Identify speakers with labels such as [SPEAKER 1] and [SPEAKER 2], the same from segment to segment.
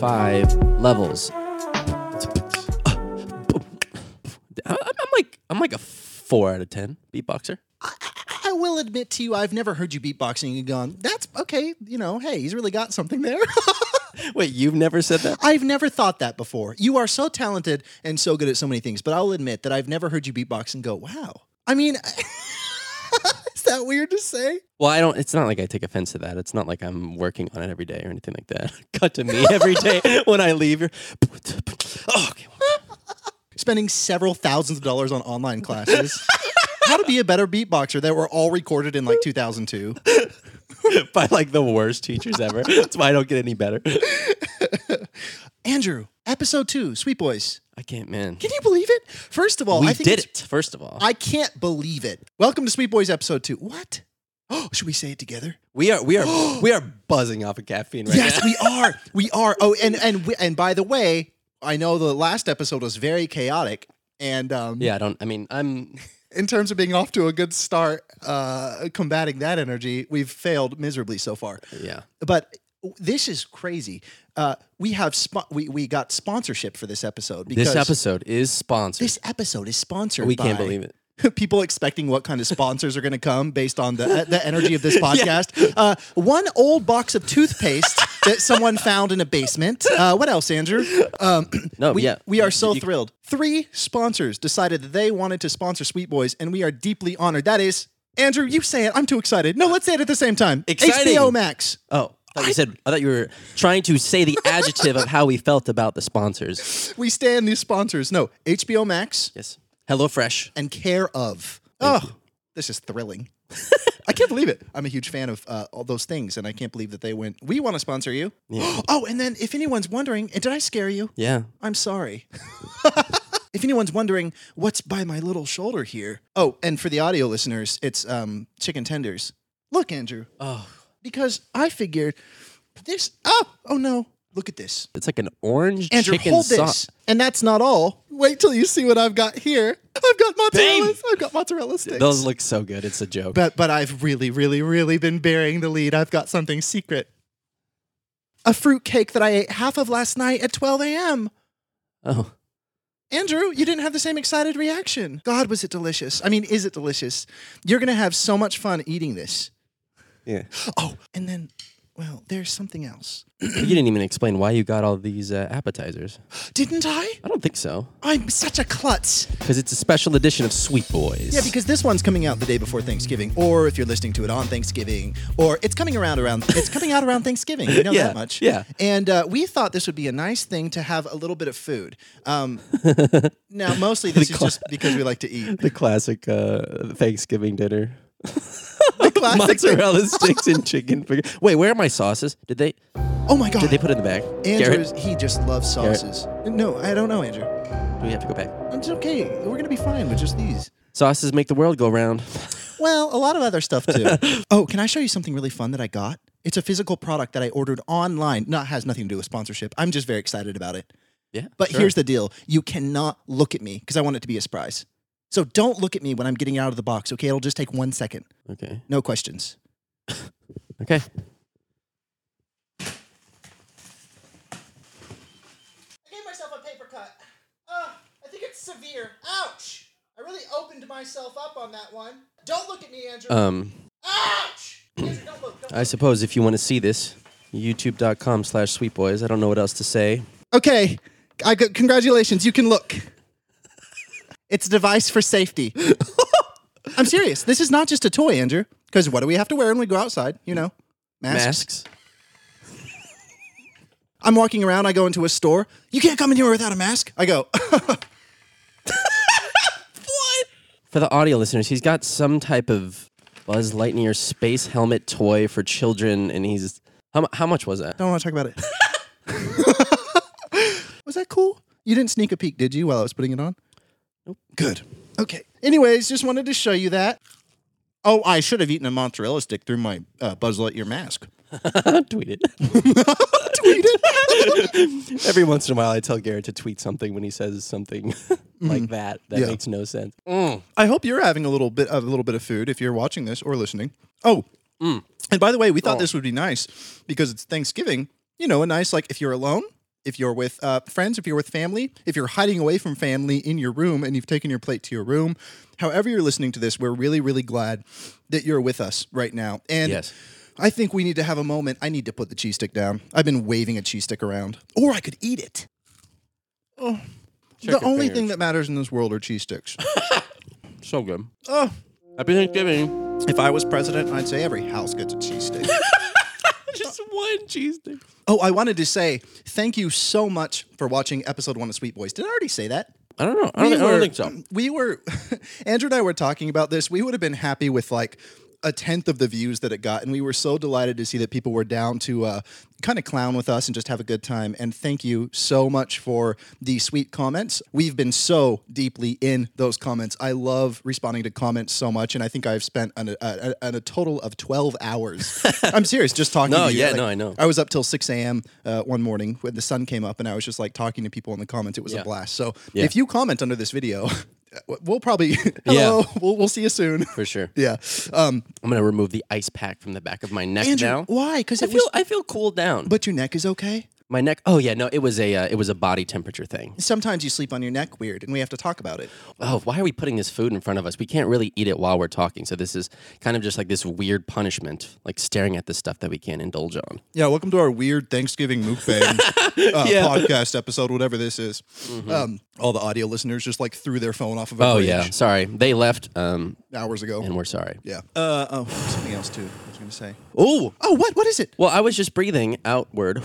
[SPEAKER 1] five levels.
[SPEAKER 2] I- Uh, I'm like I'm like a four out of ten beatboxer.
[SPEAKER 3] I will admit to you, I've never heard you beatboxing and gone, that's okay, you know, hey, he's really got something there.
[SPEAKER 2] Wait, you've never said that?
[SPEAKER 3] I've never thought that before. You are so talented and so good at so many things, but I'll admit that I've never heard you beatbox and go, wow. I mean, is that weird to say?
[SPEAKER 2] Well, I don't. It's not like I take offense to that. It's not like I'm working on it every day or anything like that. Cut to me every day when I leave. You're, oh, okay.
[SPEAKER 3] Spending several thousands of dollars on online classes. How to be a better beatboxer that were all recorded in like 2002.
[SPEAKER 2] by like the worst teachers ever. That's why I don't get any better.
[SPEAKER 3] Andrew, episode two, Sweet Boys.
[SPEAKER 2] I can't, man.
[SPEAKER 3] Can you believe it? First of all,
[SPEAKER 2] we
[SPEAKER 3] I think
[SPEAKER 2] did
[SPEAKER 3] it's-
[SPEAKER 2] it first of all.
[SPEAKER 3] I can't believe it. Welcome to Sweet Boys episode two. What? Oh, should we say it together?
[SPEAKER 2] we are we are we are buzzing off of caffeine right
[SPEAKER 3] Yes,
[SPEAKER 2] now.
[SPEAKER 3] we are. We are. Oh, and and we, and by the way, I know the last episode was very chaotic, and um,
[SPEAKER 2] Yeah, I don't. I mean, I'm.
[SPEAKER 3] in terms of being off to a good start, uh, combating that energy, we've failed miserably so far.
[SPEAKER 2] Yeah.
[SPEAKER 3] But this is crazy. Uh, we have spo- we we got sponsorship for this episode because
[SPEAKER 2] This episode is sponsored.
[SPEAKER 3] this episode is sponsored.
[SPEAKER 2] we can't
[SPEAKER 3] by-
[SPEAKER 2] believe it.
[SPEAKER 3] people expecting what kind of sponsors are going to come based on the uh, the energy of this podcast. Uh, one old box of toothpaste that someone found in a basement. Uh, what else, Andrew? Um,
[SPEAKER 2] No,
[SPEAKER 3] we,
[SPEAKER 2] yeah.
[SPEAKER 3] we are so
[SPEAKER 2] You-
[SPEAKER 3] thrilled. Three sponsors decided that they wanted to sponsor Sweet Boys, and we are deeply honored. That is, Andrew, you say it. I'm too excited. No, let's say it at the same time.
[SPEAKER 2] Exciting.
[SPEAKER 3] HBO Max.
[SPEAKER 2] Oh, I thought you said. I thought you were trying to say the adjective of how we felt about the sponsors.
[SPEAKER 3] We stand these sponsors. No, HBO Max
[SPEAKER 2] Yes. Hello Fresh.
[SPEAKER 3] and Care of. oh, this is thrilling. I can't believe it. I'm a huge fan of uh, all those things, and I can't believe that they went. We want to sponsor you. oh, and then if anyone's wondering, and did I scare you?
[SPEAKER 2] Yeah.
[SPEAKER 3] I'm sorry. if anyone's wondering what's by my little shoulder here, oh, and for the audio listeners, it's um, chicken tenders. Look, Andrew,
[SPEAKER 2] Oh,
[SPEAKER 3] because I figured this. Oh, oh no! Look at this,
[SPEAKER 2] it's like an orange
[SPEAKER 3] Andrew.
[SPEAKER 2] chicken
[SPEAKER 3] hold
[SPEAKER 2] sau-
[SPEAKER 3] this, and that's not all. Wait till you see what I've got here. I've got mozzarella. I've got mozzarella sticks.
[SPEAKER 2] Those look so good. It's a joke.
[SPEAKER 3] But but I've really, really, really been burying the lead. I've got something secret. A fruit cake that I ate half of last night at 12 a.m.
[SPEAKER 2] oh,
[SPEAKER 3] Andrew, you didn't have the same excited reaction. God, was it delicious? I mean, is it delicious? You're gonna have so much fun eating this.
[SPEAKER 2] yeah.
[SPEAKER 3] Oh, and then, well, there's something else.
[SPEAKER 2] you didn't even explain why you got all these uh, appetizers.
[SPEAKER 3] Didn't I?
[SPEAKER 2] I don't think so,
[SPEAKER 3] I'm such a klutz.
[SPEAKER 2] because it's a special edition of Sweet Boys.
[SPEAKER 3] Yeah, because this one's coming out the day before Thanksgiving, or if you're listening to it on Thanksgiving, or it's coming around around it's coming out around Thanksgiving. You know
[SPEAKER 2] Yeah,
[SPEAKER 3] that much.
[SPEAKER 2] yeah.
[SPEAKER 3] And uh, we thought this would be a nice thing to have a little bit of food. Um, now, mostly this is just because we like to eat.
[SPEAKER 2] the classic uh, Thanksgiving dinner.
[SPEAKER 3] The classic thing-
[SPEAKER 2] Mozzarella sticks and chicken. finger- Wait, where are my sauces? Did they
[SPEAKER 3] Oh my god.
[SPEAKER 2] did they put it in the bag?
[SPEAKER 3] Andrew,
[SPEAKER 2] Garrett,
[SPEAKER 3] is- he just loves sauces. No, I don't know, Andrew.
[SPEAKER 2] we have to go back.
[SPEAKER 3] It's okay. We're gonna be fine with just these.
[SPEAKER 2] Sauces make the world go round.
[SPEAKER 3] Well, a lot of other stuff too. oh, can I show you something really fun that I got? It's a physical product that I ordered online. Not has nothing to do with sponsorship. I'm just very excited about it.
[SPEAKER 2] Yeah.
[SPEAKER 3] But here's the deal: you cannot look at me because I want it to be a surprise. So don't look at me when I'm getting out of the box. Okay, it'll just take one second.
[SPEAKER 2] okay.
[SPEAKER 3] No questions.
[SPEAKER 2] Okay.
[SPEAKER 3] I gave myself a paper cut. Uh, I think it's severe. Ouch! I really opened myself up on that one. Don't look at me, Andrew.
[SPEAKER 2] Um,
[SPEAKER 3] Ouch! Andrew, don't look. Don't
[SPEAKER 2] I suppose if you want to see this, YouTube.com/slash Sweet Boys. I don't know what else to say.
[SPEAKER 3] Okay, I got, congratulations. You can look. It's a device for safety. I'm serious. This is not just a toy, Andrew. Because what do we have to wear when we go outside? You know, masks.
[SPEAKER 2] Masks.
[SPEAKER 3] I'm walking around. I go into a store. You can't come in here without a mask. I go.
[SPEAKER 2] For the audio listeners, he's got some type of Buzz Lightyear space helmet toy for children, and he's how, mu- how much was that?
[SPEAKER 3] Don't want to talk about it. was that cool? You didn't sneak a peek, did you? While I was putting it on. Nope. Good. Okay. Anyways, just wanted to show you that. Oh, I should have eaten a mozzarella stick through my uh, Buzz Lightyear mask.
[SPEAKER 2] tweet it.
[SPEAKER 3] Tweet it.
[SPEAKER 2] Every once in a while, I tell Garrett to tweet something when he says something like that that makes no sense.
[SPEAKER 3] I hope you're having a little bit of a little bit of food if you're watching this or listening. Oh,
[SPEAKER 2] Mm. Oh.
[SPEAKER 3] and by the way, we thought this would be nice because it's Thanksgiving. You know, a nice like if you're alone, if you're with uh, friends, if you're with family, if you're hiding away from family in your room and you've taken your plate to your room, however you're listening to this, we're really, really glad that you're with us right now. And
[SPEAKER 2] Yes.
[SPEAKER 3] I think we need to have a moment. I need to put the cheese stick down. I've been waving a cheese stick around, or I could eat it. Oh,
[SPEAKER 2] Check
[SPEAKER 3] the
[SPEAKER 2] your
[SPEAKER 3] only thing
[SPEAKER 2] fingers.
[SPEAKER 3] that matters in this world are cheese sticks.
[SPEAKER 2] So good.
[SPEAKER 3] oh,
[SPEAKER 2] Happy Thanksgiving.
[SPEAKER 3] if I was president, I'd say every house gets a cheese stick.
[SPEAKER 2] Just one cheese stick.
[SPEAKER 3] oh, I wanted to say thank you so much for watching episode one of Sweet Boys. Did I already say that?
[SPEAKER 2] I don't know. I don't,
[SPEAKER 3] we
[SPEAKER 2] I don't
[SPEAKER 3] were-
[SPEAKER 2] think so.
[SPEAKER 3] We were, Andrew and I were talking about this. We would have been happy with like a tenth of the views that it got, and we were so delighted to see that people were down to uh, kind of clown with us and just have a good time. And thank you so much for the sweet comments. We've been so deeply in those comments. I love responding to comments so much, and I think I've spent an, a, a, an- a total of twelve hours. I'm serious, just talking.
[SPEAKER 2] No,
[SPEAKER 3] to you.
[SPEAKER 2] yeah, no, I know.
[SPEAKER 3] I was up till 6 a.m. Uh, one morning when the sun came up, and I was just like talking to people in the comments. It was
[SPEAKER 2] Yeah.
[SPEAKER 3] a blast. So
[SPEAKER 2] Yeah.
[SPEAKER 3] if you comment under this video, we'll probably hello. We'll, we'll see you soon.
[SPEAKER 2] For sure.
[SPEAKER 3] yeah. Um,
[SPEAKER 2] I'm gonna remove the ice pack from the back of my neck
[SPEAKER 3] Andrew,
[SPEAKER 2] now.
[SPEAKER 3] why? Because
[SPEAKER 2] I
[SPEAKER 3] it
[SPEAKER 2] feel
[SPEAKER 3] was.
[SPEAKER 2] I feel cooled down.
[SPEAKER 3] But your neck is okay.
[SPEAKER 2] my neck. Oh yeah, no, it was a uh, it was a body temperature thing.
[SPEAKER 3] Sometimes you sleep on your neck weird, and we have to talk about it.
[SPEAKER 2] Oh, why are we putting this food in front of us? We can't really eat it while we're talking. So this is kind of just like this weird punishment, like staring at the stuff that we can't indulge on.
[SPEAKER 3] Yeah. Welcome to our weird Thanksgiving mukbang uh,
[SPEAKER 2] Yeah. Mm-hmm.
[SPEAKER 3] podcast episode, whatever this is. Um, all the audio listeners just like threw their phone off of a
[SPEAKER 2] Oh
[SPEAKER 3] bridge
[SPEAKER 2] yeah, sorry. They left, um,
[SPEAKER 3] hours ago.
[SPEAKER 2] and we're sorry.
[SPEAKER 3] yeah. Uh, oh, something else too. I was gonna say.
[SPEAKER 2] Oh,
[SPEAKER 3] Oh, what? What is it?
[SPEAKER 2] well, I was just breathing outward.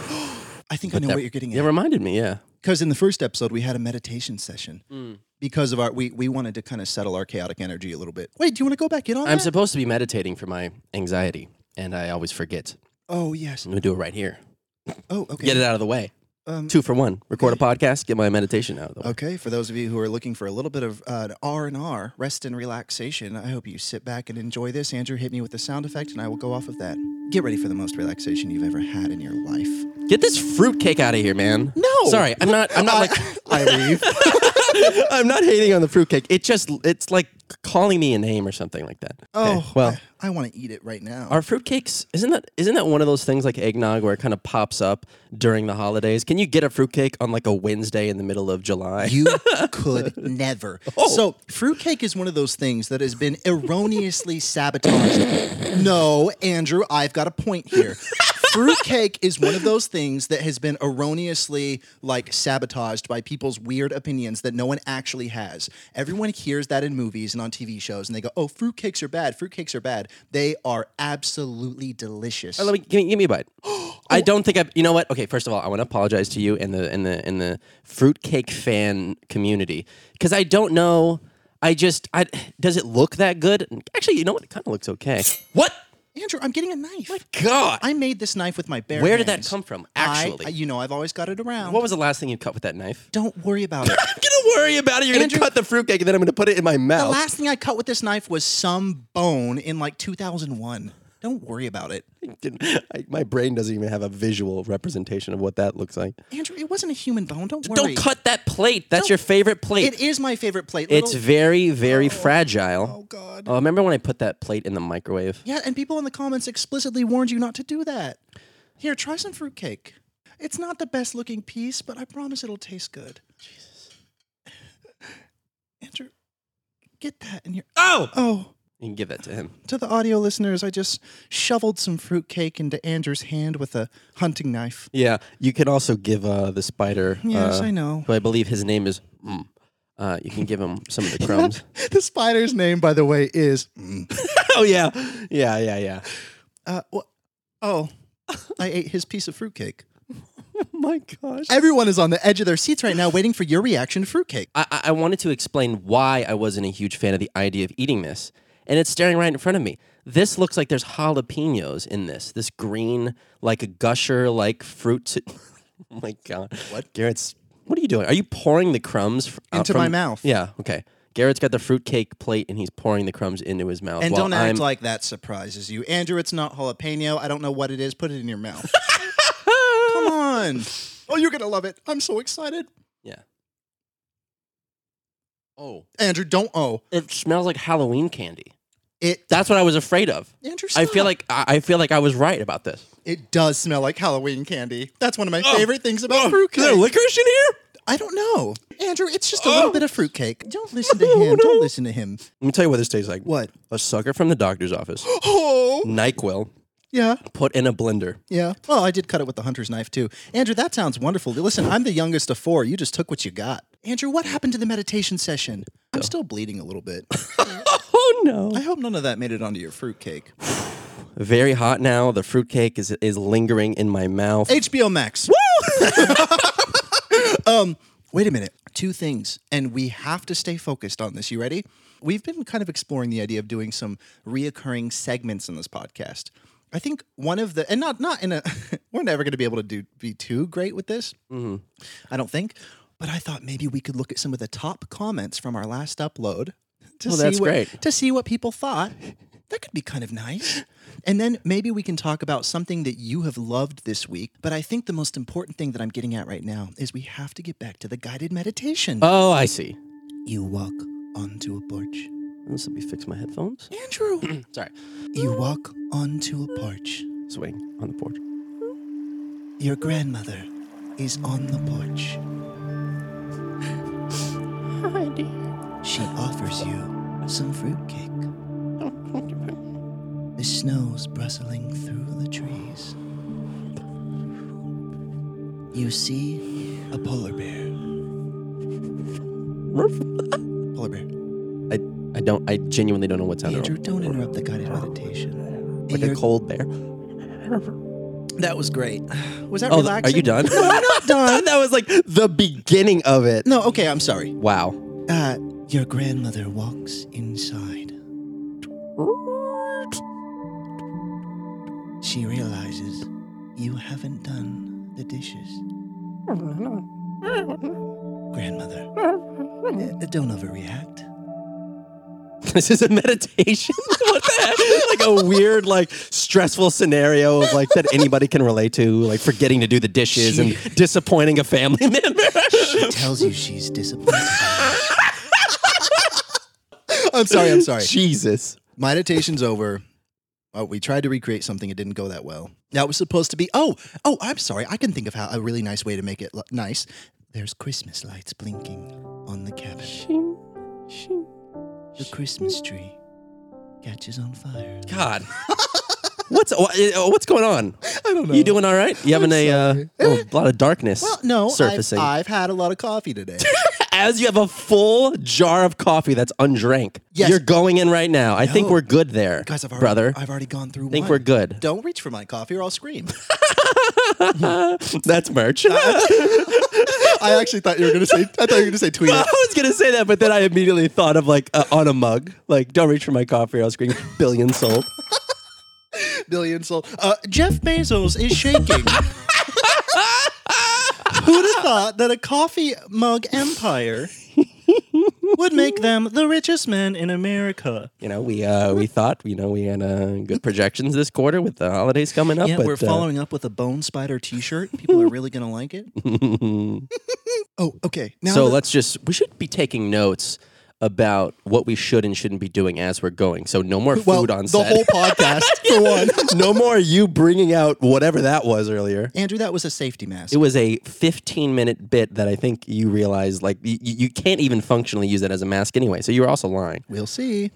[SPEAKER 3] I think I know what you're getting at.
[SPEAKER 2] It reminded me. Yeah.
[SPEAKER 3] because in the first episode we had a meditation session
[SPEAKER 2] Mm.
[SPEAKER 3] because of our we we wanted to kind of settle our chaotic energy a little bit. Wait, do you want to go back in on
[SPEAKER 2] I'm
[SPEAKER 3] that?
[SPEAKER 2] supposed to be meditating for my anxiety, and I always forget.
[SPEAKER 3] oh yes.
[SPEAKER 2] I'm gonna do it right here.
[SPEAKER 3] Oh okay.
[SPEAKER 2] Mm. Get it out of the way.
[SPEAKER 3] Um,
[SPEAKER 2] Two for one. Record a podcast. Get my meditation out of the way.
[SPEAKER 3] Okay, for those of you who are looking for a little bit of uh, R and R, rest and relaxation, I hope you sit back and enjoy this. Andrew, hit me with the sound effect, and I will go off of that. Get ready for the most relaxation you've ever had in your life.
[SPEAKER 2] Get this fruitcake out of here, man.
[SPEAKER 3] No.
[SPEAKER 2] Sorry, I'm not. I'm not like.
[SPEAKER 3] I leave.
[SPEAKER 2] I'm not hating on the fruitcake. It just. It's like calling me a name or something like that. Okay,
[SPEAKER 3] Oh
[SPEAKER 2] Well,
[SPEAKER 3] I, want to eat it right now.
[SPEAKER 2] are fruitcakes? Isn't that? Isn't that one of those things like eggnog where it kind of pops up during the holidays? Can you get a fruitcake on like a Wednesday in the middle of July?
[SPEAKER 3] You could never.
[SPEAKER 2] Oh.
[SPEAKER 3] So, fruitcake is one of those things that has been erroneously sabotaged. No, Andrew, I've got a point here. Fruitcake is one of those things that has been erroneously like sabotaged by people's weird opinions that no one actually has. Everyone hears that in movies and on TV shows, and they go, "Oh, fruitcakes are bad. Fruitcakes are bad. They are absolutely delicious."
[SPEAKER 2] Let me give, me give me a bite. I don't think I. You know what? Okay, first of all, I want to apologize to you and the and the and the fruitcake fan community because I don't know. I just I does it look that good? Actually, you know what? It kind of looks okay. What?
[SPEAKER 3] Andrew, I'm getting a knife.
[SPEAKER 2] God.
[SPEAKER 3] I made this knife with my bare
[SPEAKER 2] Where did that
[SPEAKER 3] hands.
[SPEAKER 2] come from,
[SPEAKER 3] I-
[SPEAKER 2] actually?
[SPEAKER 3] I, you know, I've always got it around.
[SPEAKER 2] what was the last thing you cut with that knife?
[SPEAKER 3] Don't worry about it.
[SPEAKER 2] I'm gonna worry about it. You're
[SPEAKER 3] Andrew-
[SPEAKER 2] gonna cut the fruitcake and then I'm gonna put it in my
[SPEAKER 3] the
[SPEAKER 2] mouth.
[SPEAKER 3] last thing I cut with this knife was some bone in like 2001. Don't worry about it.
[SPEAKER 2] I- my brain doesn't even have a visual representation of what that looks like.
[SPEAKER 3] Andrew, it wasn't a human bone. Don't
[SPEAKER 2] Don't
[SPEAKER 3] worry.
[SPEAKER 2] cut that plate. That's your favorite plate.
[SPEAKER 3] It is my favorite plate.
[SPEAKER 2] it's
[SPEAKER 3] Little-
[SPEAKER 2] very, very fragile.
[SPEAKER 3] oh god.
[SPEAKER 2] Oh, remember when I put that plate in the microwave?
[SPEAKER 3] yeah, and people in the comments explicitly warned you not to do that. Here, try some fruitcake. It's not the best looking piece, but I promise it'll taste good. Jesus. Andrew, get that in your
[SPEAKER 2] Oh!
[SPEAKER 3] Oh.
[SPEAKER 2] You can give that to him.
[SPEAKER 3] To the audio listeners, I just shoveled some fruitcake into Andrew's hand with a hunting knife.
[SPEAKER 2] Yeah, you can also give uh, the spider.
[SPEAKER 3] Yes,
[SPEAKER 2] uh,
[SPEAKER 3] I know.
[SPEAKER 2] Who I believe his name is. Mm, uh, you can give him some of the crumbs.
[SPEAKER 3] the spider's name, by the way, is. mm,
[SPEAKER 2] oh yeah, yeah, yeah, yeah.
[SPEAKER 3] Uh, wha- oh, I ate his piece of fruitcake.
[SPEAKER 2] Oh my gosh.
[SPEAKER 3] Everyone is on the edge of their seats right now, waiting for your reaction to fruitcake.
[SPEAKER 2] I, I- I wanted to explain why I wasn't a huge fan of the idea of eating this, and it's staring right in front of me. This looks like there's jalapenos in this. This green, like a gusher, like fruit. si- oh my god!
[SPEAKER 3] What?
[SPEAKER 2] Garrett's? What are you doing? Are you pouring the crumbs fr- out
[SPEAKER 3] Into my
[SPEAKER 2] from-
[SPEAKER 3] mouth.
[SPEAKER 2] Yeah. Okay. Garrett's got the fruitcake plate, and he's pouring the crumbs into his mouth.
[SPEAKER 3] And
[SPEAKER 2] while
[SPEAKER 3] don't act
[SPEAKER 2] Uh, I'm,
[SPEAKER 3] like that surprises you, Andrew. It's not jalapeno. I don't know what it is. Put it in your mouth. Come on. Oh, you're gonna love it. I'm so excited.
[SPEAKER 2] Yeah. Oh,
[SPEAKER 3] Andrew, don't oh.
[SPEAKER 2] it smells like Halloween candy.
[SPEAKER 3] It
[SPEAKER 2] That's what I was afraid of.
[SPEAKER 3] Andrew,
[SPEAKER 2] I
[SPEAKER 3] stop.
[SPEAKER 2] feel like I I feel like I was right about this.
[SPEAKER 3] it does smell like Halloween candy. That's one of my
[SPEAKER 2] Oh.
[SPEAKER 3] favorite things about
[SPEAKER 2] Is there
[SPEAKER 3] fruitcake.
[SPEAKER 2] licorice in here?
[SPEAKER 3] I don't know, Andrew. It's just a
[SPEAKER 2] Oh.
[SPEAKER 3] little bit of fruitcake. Don't listen to him. Don't listen to him.
[SPEAKER 2] Let me tell you what this tastes like.
[SPEAKER 3] What?
[SPEAKER 2] A sucker from the doctor's office.
[SPEAKER 3] Oh,
[SPEAKER 2] NyQuil
[SPEAKER 3] yeah.
[SPEAKER 2] put in a blender.
[SPEAKER 3] Yeah. Well, I did cut it with the hunter's knife too. Andrew, that sounds wonderful. Listen, I'm the youngest of four. You just took what you got. Andrew, what happened to the meditation session? I'm still bleeding a little bit.
[SPEAKER 2] Oh no.
[SPEAKER 3] I hope none of that made it onto your fruitcake.
[SPEAKER 2] Very hot now. The fruitcake is is lingering in my mouth.
[SPEAKER 3] HBO Max. Woo! um, wait a minute. Two things, and we have to stay focused on this. You ready? We've been kind of exploring the idea of doing some reoccurring segments in this podcast. I think one of the, and not not in a, we're never going to be able to do be too great with this.
[SPEAKER 2] Mm-hmm.
[SPEAKER 3] I don't think. But I thought maybe we could look at some of the top comments from our last upload to
[SPEAKER 2] Well,
[SPEAKER 3] see
[SPEAKER 2] that's
[SPEAKER 3] what,
[SPEAKER 2] great.
[SPEAKER 3] to see what people thought. That could be kind of nice. And then maybe we can talk about something that you have loved this week. But I think the most important thing that I'm getting at right now is we have to get back to the guided meditation.
[SPEAKER 2] Oh, I see.
[SPEAKER 3] you walk onto a porch.
[SPEAKER 2] This let me fix my headphones.
[SPEAKER 3] Andrew,
[SPEAKER 2] Sorry.
[SPEAKER 3] you walk onto a porch.
[SPEAKER 2] Swing on the porch.
[SPEAKER 3] Your grandmother is on the porch.
[SPEAKER 2] Hi, dear.
[SPEAKER 3] She offers you some fruitcake. The snow's rustling through the trees. You see a polar bear. Polar bear.
[SPEAKER 2] I, I don't I genuinely don't know what sound
[SPEAKER 3] Andrew, don't interrupt the guided meditation.
[SPEAKER 2] like a
[SPEAKER 3] You're-
[SPEAKER 2] cold bear.
[SPEAKER 3] that was great. Was that
[SPEAKER 2] Oh, th-
[SPEAKER 3] relaxing?
[SPEAKER 2] are you done?
[SPEAKER 3] No, I'm not done.
[SPEAKER 2] that was like the beginning of it.
[SPEAKER 3] no, okay, I'm sorry.
[SPEAKER 2] Wow.
[SPEAKER 3] Uh, your grandmother walks inside. She realizes you haven't done the dishes. Grandmother, uh, don't overreact.
[SPEAKER 2] This is a meditation. what the heck? Like a weird, like stressful scenario of like that anybody can relate to, like forgetting to do the dishes and disappointing a family member.
[SPEAKER 3] She tells you she's disappointed. I'm sorry, I'm sorry.
[SPEAKER 2] Jesus.
[SPEAKER 3] Meditation's over. Oh, we tried to recreate something. It didn't go that well. That was supposed to be. Oh, oh, I'm sorry. I can think of how a really nice way to make it lo- nice. There's Christmas lights blinking on the cabin. The Christmas tree catches on fire.
[SPEAKER 2] God. What's wha- uh, what's going on?
[SPEAKER 3] I don't
[SPEAKER 2] You doing all right? You having a, uh, a lot of darkness
[SPEAKER 3] Well, no.
[SPEAKER 2] surfacing?
[SPEAKER 3] I've, I've had a lot of coffee today.
[SPEAKER 2] As you have a full jar of coffee that's undrank.
[SPEAKER 3] Yes.
[SPEAKER 2] You're going in right now. I think
[SPEAKER 3] No.
[SPEAKER 2] we're good there,
[SPEAKER 3] Guys, I've already,
[SPEAKER 2] brother. I
[SPEAKER 3] I've already gone through.
[SPEAKER 2] think
[SPEAKER 3] one.
[SPEAKER 2] we're good.
[SPEAKER 3] Don't reach for my coffee or I'll scream.
[SPEAKER 2] That's merch. I
[SPEAKER 3] I actually thought you were gonna say. I thought you were gonna say tweet. it.
[SPEAKER 2] was gonna say that, but then I immediately thought of like uh, on a mug. Like, don't reach for my coffee. I'll scream billion sold.
[SPEAKER 3] billion sold. Uh, Jeff Bezos is shaking. Who'd have thought that a coffee mug empire would make them the richest men in America?
[SPEAKER 2] You know, we uh, we thought you know we had uh, good projections this quarter with the holidays coming up.
[SPEAKER 3] Yeah,
[SPEAKER 2] but,
[SPEAKER 3] we're
[SPEAKER 2] uh,
[SPEAKER 3] following up with a bone spider T-shirt. People are really gonna like it. oh, okay. Now
[SPEAKER 2] so
[SPEAKER 3] that-
[SPEAKER 2] let's just we should be taking notes about what we should and shouldn't be doing as we're going. So no more food
[SPEAKER 3] well,
[SPEAKER 2] on
[SPEAKER 3] the
[SPEAKER 2] set.
[SPEAKER 3] whole podcast for one.
[SPEAKER 2] no more you bringing out whatever that was earlier.
[SPEAKER 3] Andrew, that was a safety mask.
[SPEAKER 2] It was a 15 minute bit that I think you realized like you, you can't even functionally use that as a mask anyway. So you were also lying.
[SPEAKER 3] we'll see.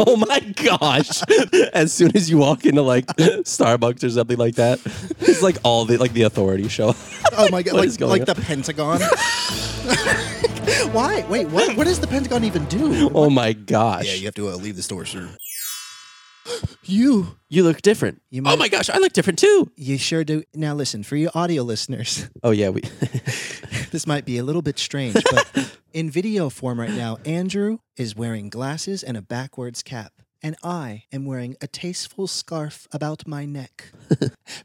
[SPEAKER 2] oh my gosh! As soon as you walk into like Starbucks or something like that, it's like all the like the authorities show. up.
[SPEAKER 3] Oh my god!
[SPEAKER 2] What
[SPEAKER 3] like
[SPEAKER 2] is going
[SPEAKER 3] like
[SPEAKER 2] on?
[SPEAKER 3] the Pentagon. Why? Wait, what? What does the Pentagon even do?
[SPEAKER 2] oh my gosh!
[SPEAKER 3] have to uh, leave the store, sir. you,
[SPEAKER 2] You look different.
[SPEAKER 3] You
[SPEAKER 2] oh
[SPEAKER 3] might-
[SPEAKER 2] my gosh, I look different too.
[SPEAKER 3] you sure do. Now listen, for your audio listeners,
[SPEAKER 2] Oh yeah, we.
[SPEAKER 3] this might be a little bit strange, but in video form right now, Andrew is wearing glasses and a backwards cap. And I am wearing a tasteful scarf about my neck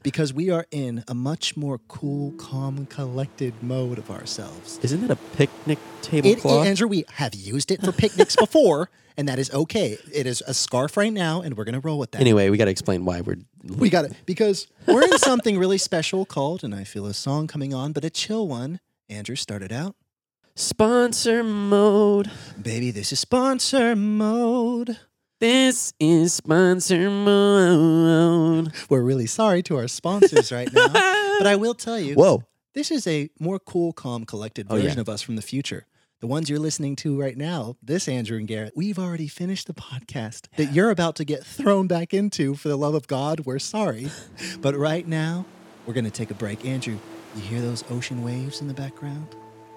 [SPEAKER 3] because we are in a much more cool, calm, collected mode of ourselves.
[SPEAKER 2] Isn't that a picnic
[SPEAKER 3] It,
[SPEAKER 2] tablecloth?
[SPEAKER 3] Andrew, we have used it for picnics before, and that is okay. It is a scarf right now, and we're going to roll with that.
[SPEAKER 2] anyway, we got to explain why we're.
[SPEAKER 3] We got it because we're in something really special called, and I feel a song coming on, but a chill one. Andrew started out.
[SPEAKER 2] Sponsor mode.
[SPEAKER 3] Baby, this is sponsor mode.
[SPEAKER 2] This is sponsor mode.
[SPEAKER 3] We're really sorry to our sponsors right now, but I will tell you,
[SPEAKER 2] Whoa. Oh,
[SPEAKER 3] this is a more cool, calm, collected
[SPEAKER 2] yeah.
[SPEAKER 3] version of us from the future. The ones you're listening to right now, this Andrew and Garrett, we've already finished the podcast that you're about to get thrown back into. For the love of God, we're sorry. but right now, we're going to take a break. Andrew, you hear those ocean waves in the background?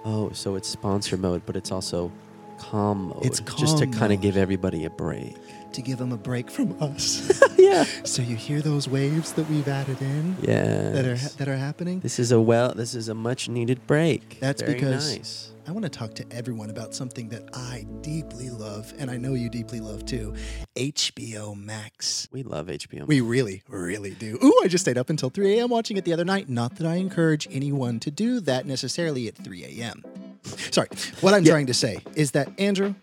[SPEAKER 2] Oh, so it's sponsor mode, but it's also calm mode.
[SPEAKER 3] It's
[SPEAKER 2] just to
[SPEAKER 3] calm
[SPEAKER 2] kind of
[SPEAKER 3] mode.
[SPEAKER 2] give everybody a break.
[SPEAKER 3] To give them a break from us.
[SPEAKER 2] yeah.
[SPEAKER 3] so you hear those waves that we've added in
[SPEAKER 2] Yeah.
[SPEAKER 3] that, are, that are happening?
[SPEAKER 2] This is a well. This is a much needed break.
[SPEAKER 3] That's
[SPEAKER 2] Very
[SPEAKER 3] because-
[SPEAKER 2] nice.
[SPEAKER 3] I want to talk to everyone about something that I deeply love, and I know you deeply love too HBO Max.
[SPEAKER 2] we love HBO.
[SPEAKER 3] We really, really do. Ooh, I just stayed up until 3 a.m. watching it the other night. Not that I encourage anyone to do that necessarily at 3 a.m. Sorry, what I'm trying to say is that, Andrew,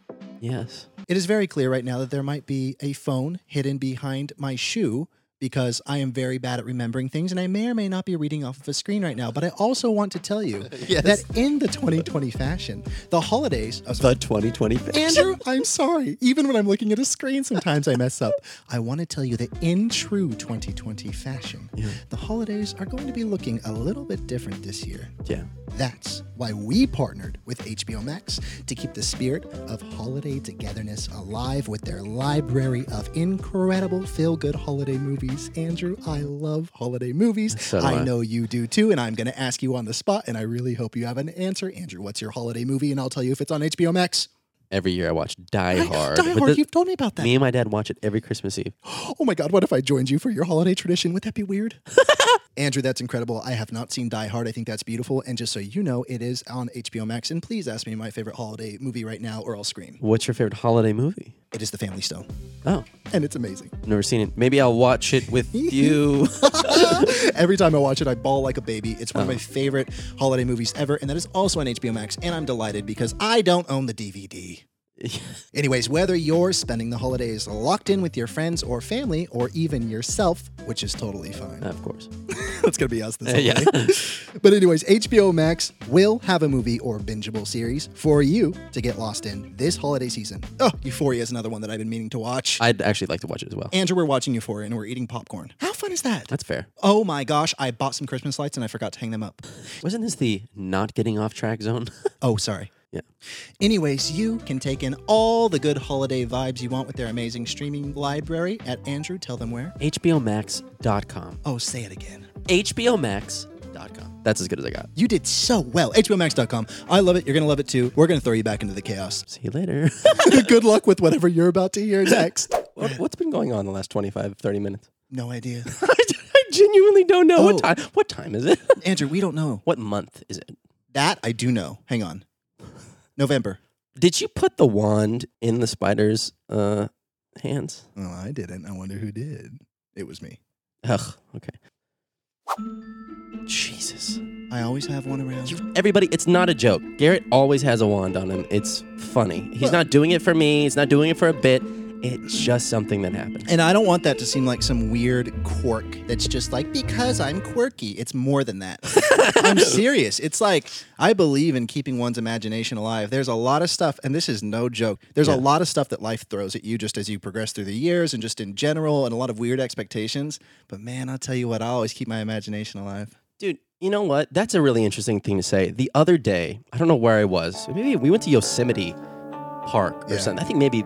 [SPEAKER 2] yes.
[SPEAKER 3] it is very clear right now that there might be a phone hidden behind my shoe because I am very bad at remembering things and I may or may not be reading off of a screen right now. But I also want to tell you
[SPEAKER 2] Yes.
[SPEAKER 3] that in the 2020 fashion, the holidays. I'm sorry.
[SPEAKER 2] The 2020
[SPEAKER 3] Andrew, I'm sorry. Even when I'm looking at a screen, sometimes I mess up. I want to tell you that in true 2020 fashion, the holidays are going to be looking a little bit different this year.
[SPEAKER 2] Yeah.
[SPEAKER 3] That's why we partnered with HBO Max to keep the spirit of holiday togetherness alive with their library of incredible feel good holiday movies. Andrew, I love holiday movies.
[SPEAKER 2] So do
[SPEAKER 3] I
[SPEAKER 2] I.
[SPEAKER 3] know you do too, and I'm going to ask you on the spot, and I really hope you have an answer. Andrew, what's your holiday movie? And I'll tell you if it's on HBO Max.
[SPEAKER 2] Every year I watch Die Hard.
[SPEAKER 3] Die
[SPEAKER 2] but
[SPEAKER 3] Hard,
[SPEAKER 2] the-
[SPEAKER 3] you've told me about that.
[SPEAKER 2] me and my dad watch it every Christmas Eve.
[SPEAKER 3] Oh my God, what if I joined you for your holiday tradition? Would that be weird? Andrew, that's incredible. I have not seen Die Hard. I think that's beautiful. And just so you know, it is on HBO Max. And please ask me my favorite holiday movie right now, or I'll scream.
[SPEAKER 2] What's your favorite holiday movie?
[SPEAKER 3] It is The Family Stone,
[SPEAKER 2] Oh,
[SPEAKER 3] and it's amazing.
[SPEAKER 2] never seen it. Maybe I'll watch it with you.
[SPEAKER 3] Every time I watch it, I bawl like a baby. It's one of my favorite holiday movies ever, and that is also on HBO Max. And I'm delighted because I don't own the DVD. Anyways, whether you're spending the holidays locked in with your friends or family, or even yourself, which is totally fine.
[SPEAKER 2] of course.
[SPEAKER 3] That's gonna be us this
[SPEAKER 2] Uh, yeah.
[SPEAKER 3] holiday. but anyways, HBO Max will have a movie or bingeable series for you to get lost in this holiday season. Oh, Euphoria is another one that I've been meaning to watch.
[SPEAKER 2] I'd actually like to watch it as well.
[SPEAKER 3] Andrew, we're watching Euphoria and we're eating popcorn. How fun is that?
[SPEAKER 2] That's fair.
[SPEAKER 3] Oh my gosh, I bought some Christmas lights and I forgot to hang them up.
[SPEAKER 2] Wasn't this the not getting off track zone?
[SPEAKER 3] Oh, sorry.
[SPEAKER 2] yeah.
[SPEAKER 3] Anyways, you can take in all the good holiday vibes you want with their amazing streaming library at Andrew. Tell them where.
[SPEAKER 2] HBOMax.com.
[SPEAKER 3] Oh, say it again.
[SPEAKER 2] HBOMax.com. That's as good as I got.
[SPEAKER 3] You did so well. HBOMax.com. I love it. You're going to love it too. We're going to throw you back into the chaos.
[SPEAKER 2] See you later.
[SPEAKER 3] Good luck with whatever you're about to hear next.
[SPEAKER 2] what, what's been going on the last 25, 30 minutes?
[SPEAKER 3] No idea.
[SPEAKER 2] I genuinely don't know
[SPEAKER 3] Oh.
[SPEAKER 2] what time. What time is it?
[SPEAKER 3] Andrew, we don't know.
[SPEAKER 2] what month is it?
[SPEAKER 3] That I do know. Hang on. November.
[SPEAKER 2] Did you put the wand in the spider's uh, hands?
[SPEAKER 3] Well, I didn't. I wonder who did. It was me.
[SPEAKER 2] Ugh. Okay. Jesus.
[SPEAKER 3] I always have one around.
[SPEAKER 2] You- Everybody, it's not a joke. Garrett always has a wand on him. It's funny. He's not doing it for me. He's not doing it for a bit. It's just something that happened.
[SPEAKER 3] And I don't want that to seem like some weird quirk that's just like, because I'm quirky. It's more than that. I'm serious. It's like, I believe in keeping one's imagination alive. There's a lot of stuff, and this is no joke. There's
[SPEAKER 2] Yeah.
[SPEAKER 3] a lot of stuff that life throws at you just as you progress through the years and just in general, and a lot of weird expectations. But man, I'll tell you what, I always keep my imagination alive.
[SPEAKER 2] Dude, you know what? That's a really interesting thing to say. The other day, I don't know where I was. Maybe we went to Yosemite Park or
[SPEAKER 3] Yeah.
[SPEAKER 2] something. I think maybe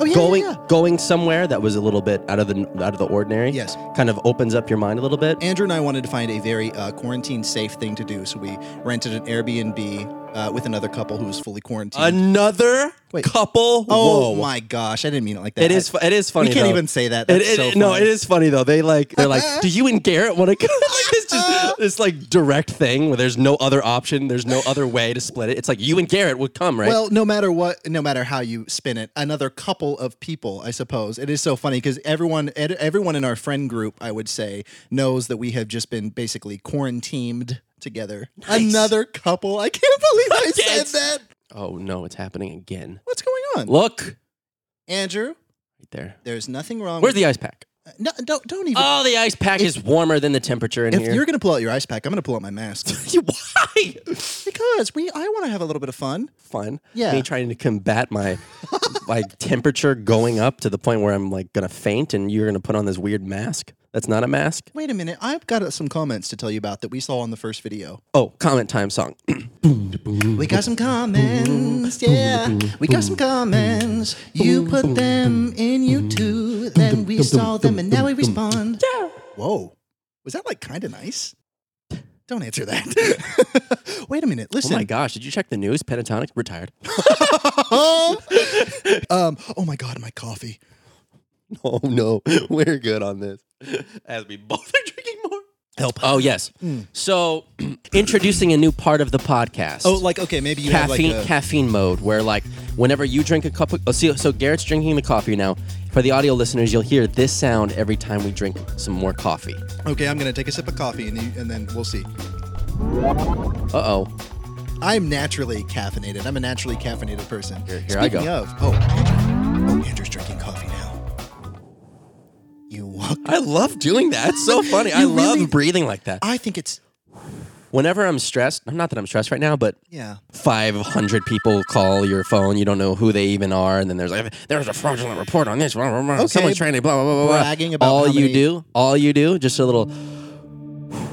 [SPEAKER 3] Oh, yeah.
[SPEAKER 2] going
[SPEAKER 3] yeah, yeah.
[SPEAKER 2] going somewhere that was a little bit out of the out of the ordinary.
[SPEAKER 3] Yes.
[SPEAKER 2] Kind of opens up your mind a little bit.
[SPEAKER 3] Andrew and I wanted to find a very uh, quarantine safe thing to do. So we rented an Airbnb uh, with another couple who was fully quarantined.
[SPEAKER 2] Another
[SPEAKER 3] Wait.
[SPEAKER 2] couple.
[SPEAKER 3] Oh
[SPEAKER 2] Whoa.
[SPEAKER 3] my gosh, I didn't mean it like that.
[SPEAKER 2] It is. fu- It is funny.
[SPEAKER 3] We can't
[SPEAKER 2] though.
[SPEAKER 3] even say that.
[SPEAKER 2] It-
[SPEAKER 3] That's
[SPEAKER 2] it-
[SPEAKER 3] so Uh-huh.
[SPEAKER 2] no,
[SPEAKER 3] fun.
[SPEAKER 2] it is funny though. They like they're like, do you and Garrett want to go? Like this
[SPEAKER 3] Uh-huh.
[SPEAKER 2] just this like direct thing where there's no other option, there's no other way to split it. It's like you and Garrett would come, right?
[SPEAKER 3] Well, no matter what, no matter how you spin it, another couple of people, I suppose. It is so funny because everyone, ed- everyone in our friend group, I would say, knows that we have just been basically quarantined together. Another couple. I can't believe I said
[SPEAKER 2] Yes.
[SPEAKER 3] that.
[SPEAKER 2] oh no, it's happening again.
[SPEAKER 3] What's going on,
[SPEAKER 2] Look
[SPEAKER 3] Andrew?
[SPEAKER 2] right there.
[SPEAKER 3] There's nothing wrong.
[SPEAKER 2] Where's
[SPEAKER 3] with
[SPEAKER 2] the ice pack?
[SPEAKER 3] No, don't don't even.
[SPEAKER 2] Oh, the ice pack is warmer than the temperature in
[SPEAKER 3] if
[SPEAKER 2] here.
[SPEAKER 3] you're gonna pull out your ice pack, I'm gonna pull out my mask
[SPEAKER 2] Why?
[SPEAKER 3] because we. I want to have a little bit of fun.
[SPEAKER 2] Fun.
[SPEAKER 3] Yeah.
[SPEAKER 2] Me trying to combat my my temperature going up to the point where I'm like gonna faint, and you're gonna put on this weird mask. That's not a mask.
[SPEAKER 3] Wait a minute, I've got uh, some comments to tell you about that we saw on the first video.
[SPEAKER 2] Oh, comment time song. Oh
[SPEAKER 3] We got some comments, yeah. We got some comments. You put them in YouTube, then we saw them, and now we respond. Whoa, was that like kind of nice? Don't answer that. Wait a minute,
[SPEAKER 2] Oh
[SPEAKER 3] listen.
[SPEAKER 2] my gosh! Did you check the news? Pentatonic retired.
[SPEAKER 3] um, oh my god, my coffee.
[SPEAKER 2] Oh no, we're good on this. As we both are drinking more. Help. Oh yes. So, introducing a new part of the podcast.
[SPEAKER 3] Oh, like okay, maybe you
[SPEAKER 2] caffeine
[SPEAKER 3] have like a,
[SPEAKER 2] caffeine mode where like whenever you drink a cup of oh, see, so Garrett's drinking the coffee now. For the audio listeners, you'll hear this sound every time we drink some more coffee.
[SPEAKER 3] okay. I'm gonna take a sip of coffee, and, you, and then we'll see.
[SPEAKER 2] Uh oh.
[SPEAKER 3] I'm naturally caffeinated. I'm a naturally caffeinated person. Here,
[SPEAKER 2] here I
[SPEAKER 3] Speaking
[SPEAKER 2] go.
[SPEAKER 3] of, oh, Andrew. oh, Andrew's drinking coffee now. You walk.
[SPEAKER 2] I love doing that. It's so funny. I
[SPEAKER 3] You
[SPEAKER 2] love
[SPEAKER 3] really-
[SPEAKER 2] breathing like that.
[SPEAKER 3] I think it's
[SPEAKER 2] Whenever I'm stressed, I'm not that I'm stressed right now, but
[SPEAKER 3] yeah.
[SPEAKER 2] 500 people call your phone. You don't know who they even are. And then there's like, there's a fraudulent report on this. Blah, blah, blah.
[SPEAKER 3] Okay.
[SPEAKER 2] Someone's trying to blah, blah, blah, blah.
[SPEAKER 3] Bragging about
[SPEAKER 2] all
[SPEAKER 3] how
[SPEAKER 2] you
[SPEAKER 3] many-
[SPEAKER 2] do, all you do, just a little,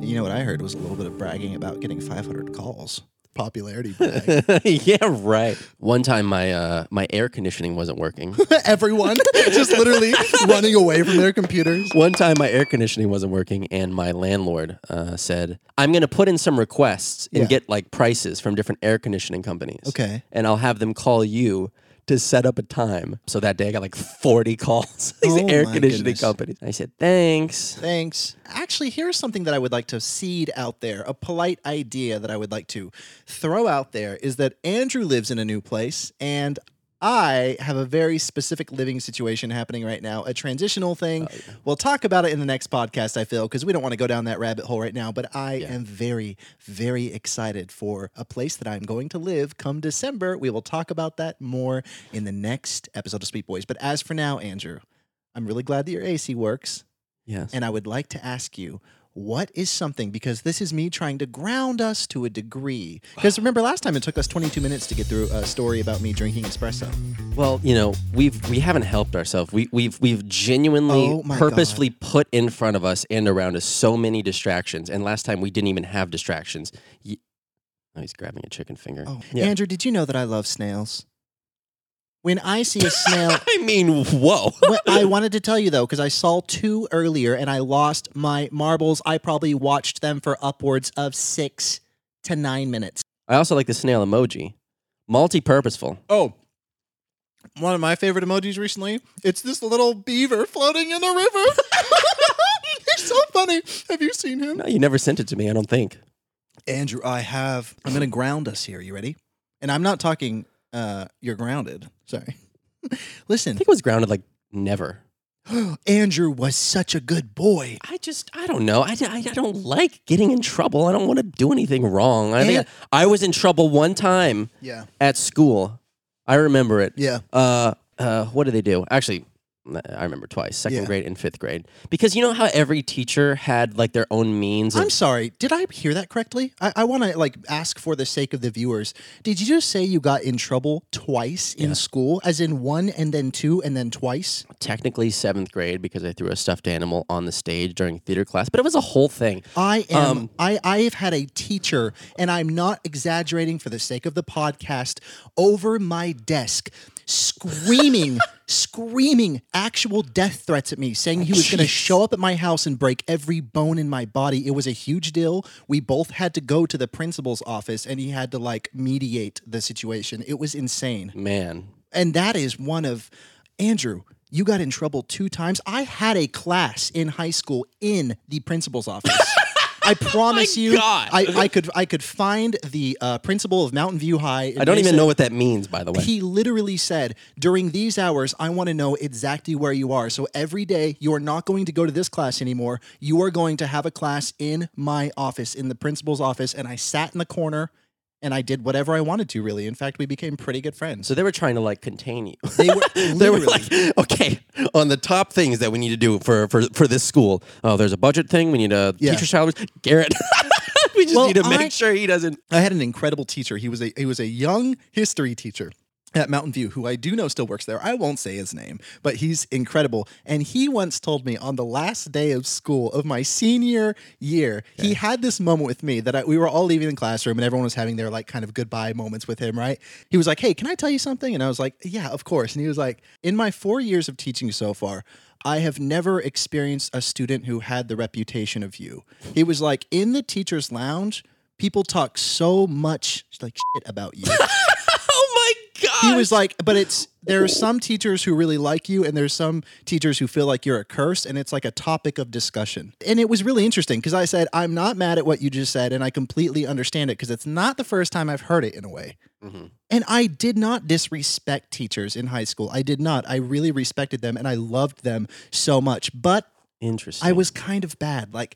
[SPEAKER 3] You know what I heard was a little bit of bragging about getting 500 calls. Popularity brag.
[SPEAKER 2] yeah, right. One time my, uh, my air conditioning wasn't working.
[SPEAKER 3] Everyone just literally running away from their computers.
[SPEAKER 2] One time my air conditioning wasn't working and my landlord uh, said, I'm going to put in some requests and
[SPEAKER 3] Yeah.
[SPEAKER 2] get like prices from different air conditioning companies.
[SPEAKER 3] Okay.
[SPEAKER 2] And I'll have them call you to set up a time. So that day I got like 40 calls. These
[SPEAKER 3] Oh
[SPEAKER 2] air
[SPEAKER 3] my
[SPEAKER 2] conditioning
[SPEAKER 3] goodness.
[SPEAKER 2] companies. I said, thanks.
[SPEAKER 3] Thanks. Actually, here's something that I would like to seed out there a polite idea that I would like to throw out there is that Andrew lives in a new place and I have a very specific living situation happening right now, a transitional thing. We'll talk about it in the next podcast, I feel, because we don't want to go down that rabbit hole right now. But I am very, very excited for a place that I'm going to live come December. We will talk about that more in the next episode of Sweet Boys. But as for now, Andrew, I'm really glad that your AC works.
[SPEAKER 2] Yes.
[SPEAKER 3] And I would like to ask you, what is something, because this is me trying to ground us to a degree. Because remember, last time it took us 22 minutes to get through a story about me drinking espresso.
[SPEAKER 2] Well, you know, we've we haven't helped ourselves. We we've we've genuinely
[SPEAKER 3] Oh my
[SPEAKER 2] purposefully put in front of us and around us so many distractions. And last time we didn't even have distractions. Ye- oh, he's grabbing a chicken finger.
[SPEAKER 3] Oh,
[SPEAKER 2] Yeah.
[SPEAKER 3] Andrew, did you know that I love snails? When I see a snail,
[SPEAKER 2] I mean, whoa.
[SPEAKER 3] Well, I wanted to tell you though, because I saw two earlier and I lost my marbles. I probably watched them for upwards of six to nine minutes.
[SPEAKER 2] I also like the snail emoji. Multi-purposeful.
[SPEAKER 3] Oh, one of my favorite emojis recently. It's this little beaver floating in the river. He's so funny. Have you seen him?
[SPEAKER 2] No, you never sent it to me, I don't think.
[SPEAKER 3] Andrew, I have. I'm going to ground us here. You ready? And I'm not talking, uh, you're grounded. Sorry.
[SPEAKER 2] I
[SPEAKER 3] Listen,
[SPEAKER 2] think it was grounded like never.
[SPEAKER 3] Andrew was such a good boy.
[SPEAKER 2] I just, I don't know. I, d- I- I don't like getting in trouble. I don't want to do anything wrong. I think
[SPEAKER 3] And-
[SPEAKER 2] I, I was in trouble one time
[SPEAKER 3] Yeah.
[SPEAKER 2] at school. I remember it.
[SPEAKER 3] Yeah.
[SPEAKER 2] uh, uh, what did they do? Actually, I remember twice, second
[SPEAKER 3] Yeah.
[SPEAKER 2] grade and fifth grade. Because you know how every teacher had like their own means of
[SPEAKER 3] I'm sorry. Did I hear that correctly? I, I want to like ask for the sake of the viewers. Did you just say you got in trouble twice in school, as in one and then two and then twice?
[SPEAKER 2] technically seventh grade because I threw a stuffed animal on the stage during theater class, but it was a whole thing.
[SPEAKER 3] I am. I I've had a teacher, and I'm not exaggerating for the sake of the podcast, over my desk, screaming, screaming actual death threats at me, saying he was going to
[SPEAKER 2] Jeez.
[SPEAKER 3] show up at my house and break every bone in my body. It was a huge deal. We both had to go to the principal's office, and he had to like mediate the situation. It was insane,
[SPEAKER 2] Man,
[SPEAKER 3] and that is one of Andrew. You got in trouble two times. I had a class in high school in the principal's office. I promise you,
[SPEAKER 2] God.
[SPEAKER 3] I, I could I could find the uh, principal of Mountain View High. in
[SPEAKER 2] I don't even
[SPEAKER 3] Mesa.
[SPEAKER 2] know what that means, by the way.
[SPEAKER 3] He literally said, during these hours, I want to know exactly where you are. So every day, you are not going to go to this class anymore. You are going to have a class in my office, in the principal's office. And I sat in the corner and I did whatever I wanted to, really. In fact, we became pretty good friends.
[SPEAKER 2] so they were trying to like contain you.
[SPEAKER 3] They were
[SPEAKER 2] they were
[SPEAKER 3] literally-
[SPEAKER 2] like, okay, on the top things that we need to do for for, for this school. Oh, there's a budget thing. We need a
[SPEAKER 3] Yeah.
[SPEAKER 2] teacher salaries. Garrett, we just
[SPEAKER 3] Well,
[SPEAKER 2] need to make
[SPEAKER 3] I-
[SPEAKER 2] sure he doesn't.
[SPEAKER 3] I had an incredible teacher. He was a he was a young history teacher at Mountain View who I do know still works there. I won't say his name, but he's incredible. And he once told me on the last day of school of my senior year, he had this moment with me that I, we were all leaving the classroom and everyone was having their like kind of goodbye moments with him, right? He was like, "Hey, can I tell you something?" And I was like, "Yeah, of course." And he was like, "In my 4 years of teaching so far, I have never experienced a student who had the reputation of you." He was like, "In the teacher's lounge, people talk so much like shit about you.
[SPEAKER 2] Oh my god!
[SPEAKER 3] he was like, but it's there are some teachers who really like you, and there's some teachers who feel like you're a curse, and it's like a topic of discussion. And it was really interesting because I said, I'm not mad at what you just said, and I completely understand it because it's not the first time I've heard it in a way. And I did not disrespect teachers in high school. I did not. I really respected them and I loved them so much. But
[SPEAKER 2] Interesting.
[SPEAKER 3] I was kind of bad. Like,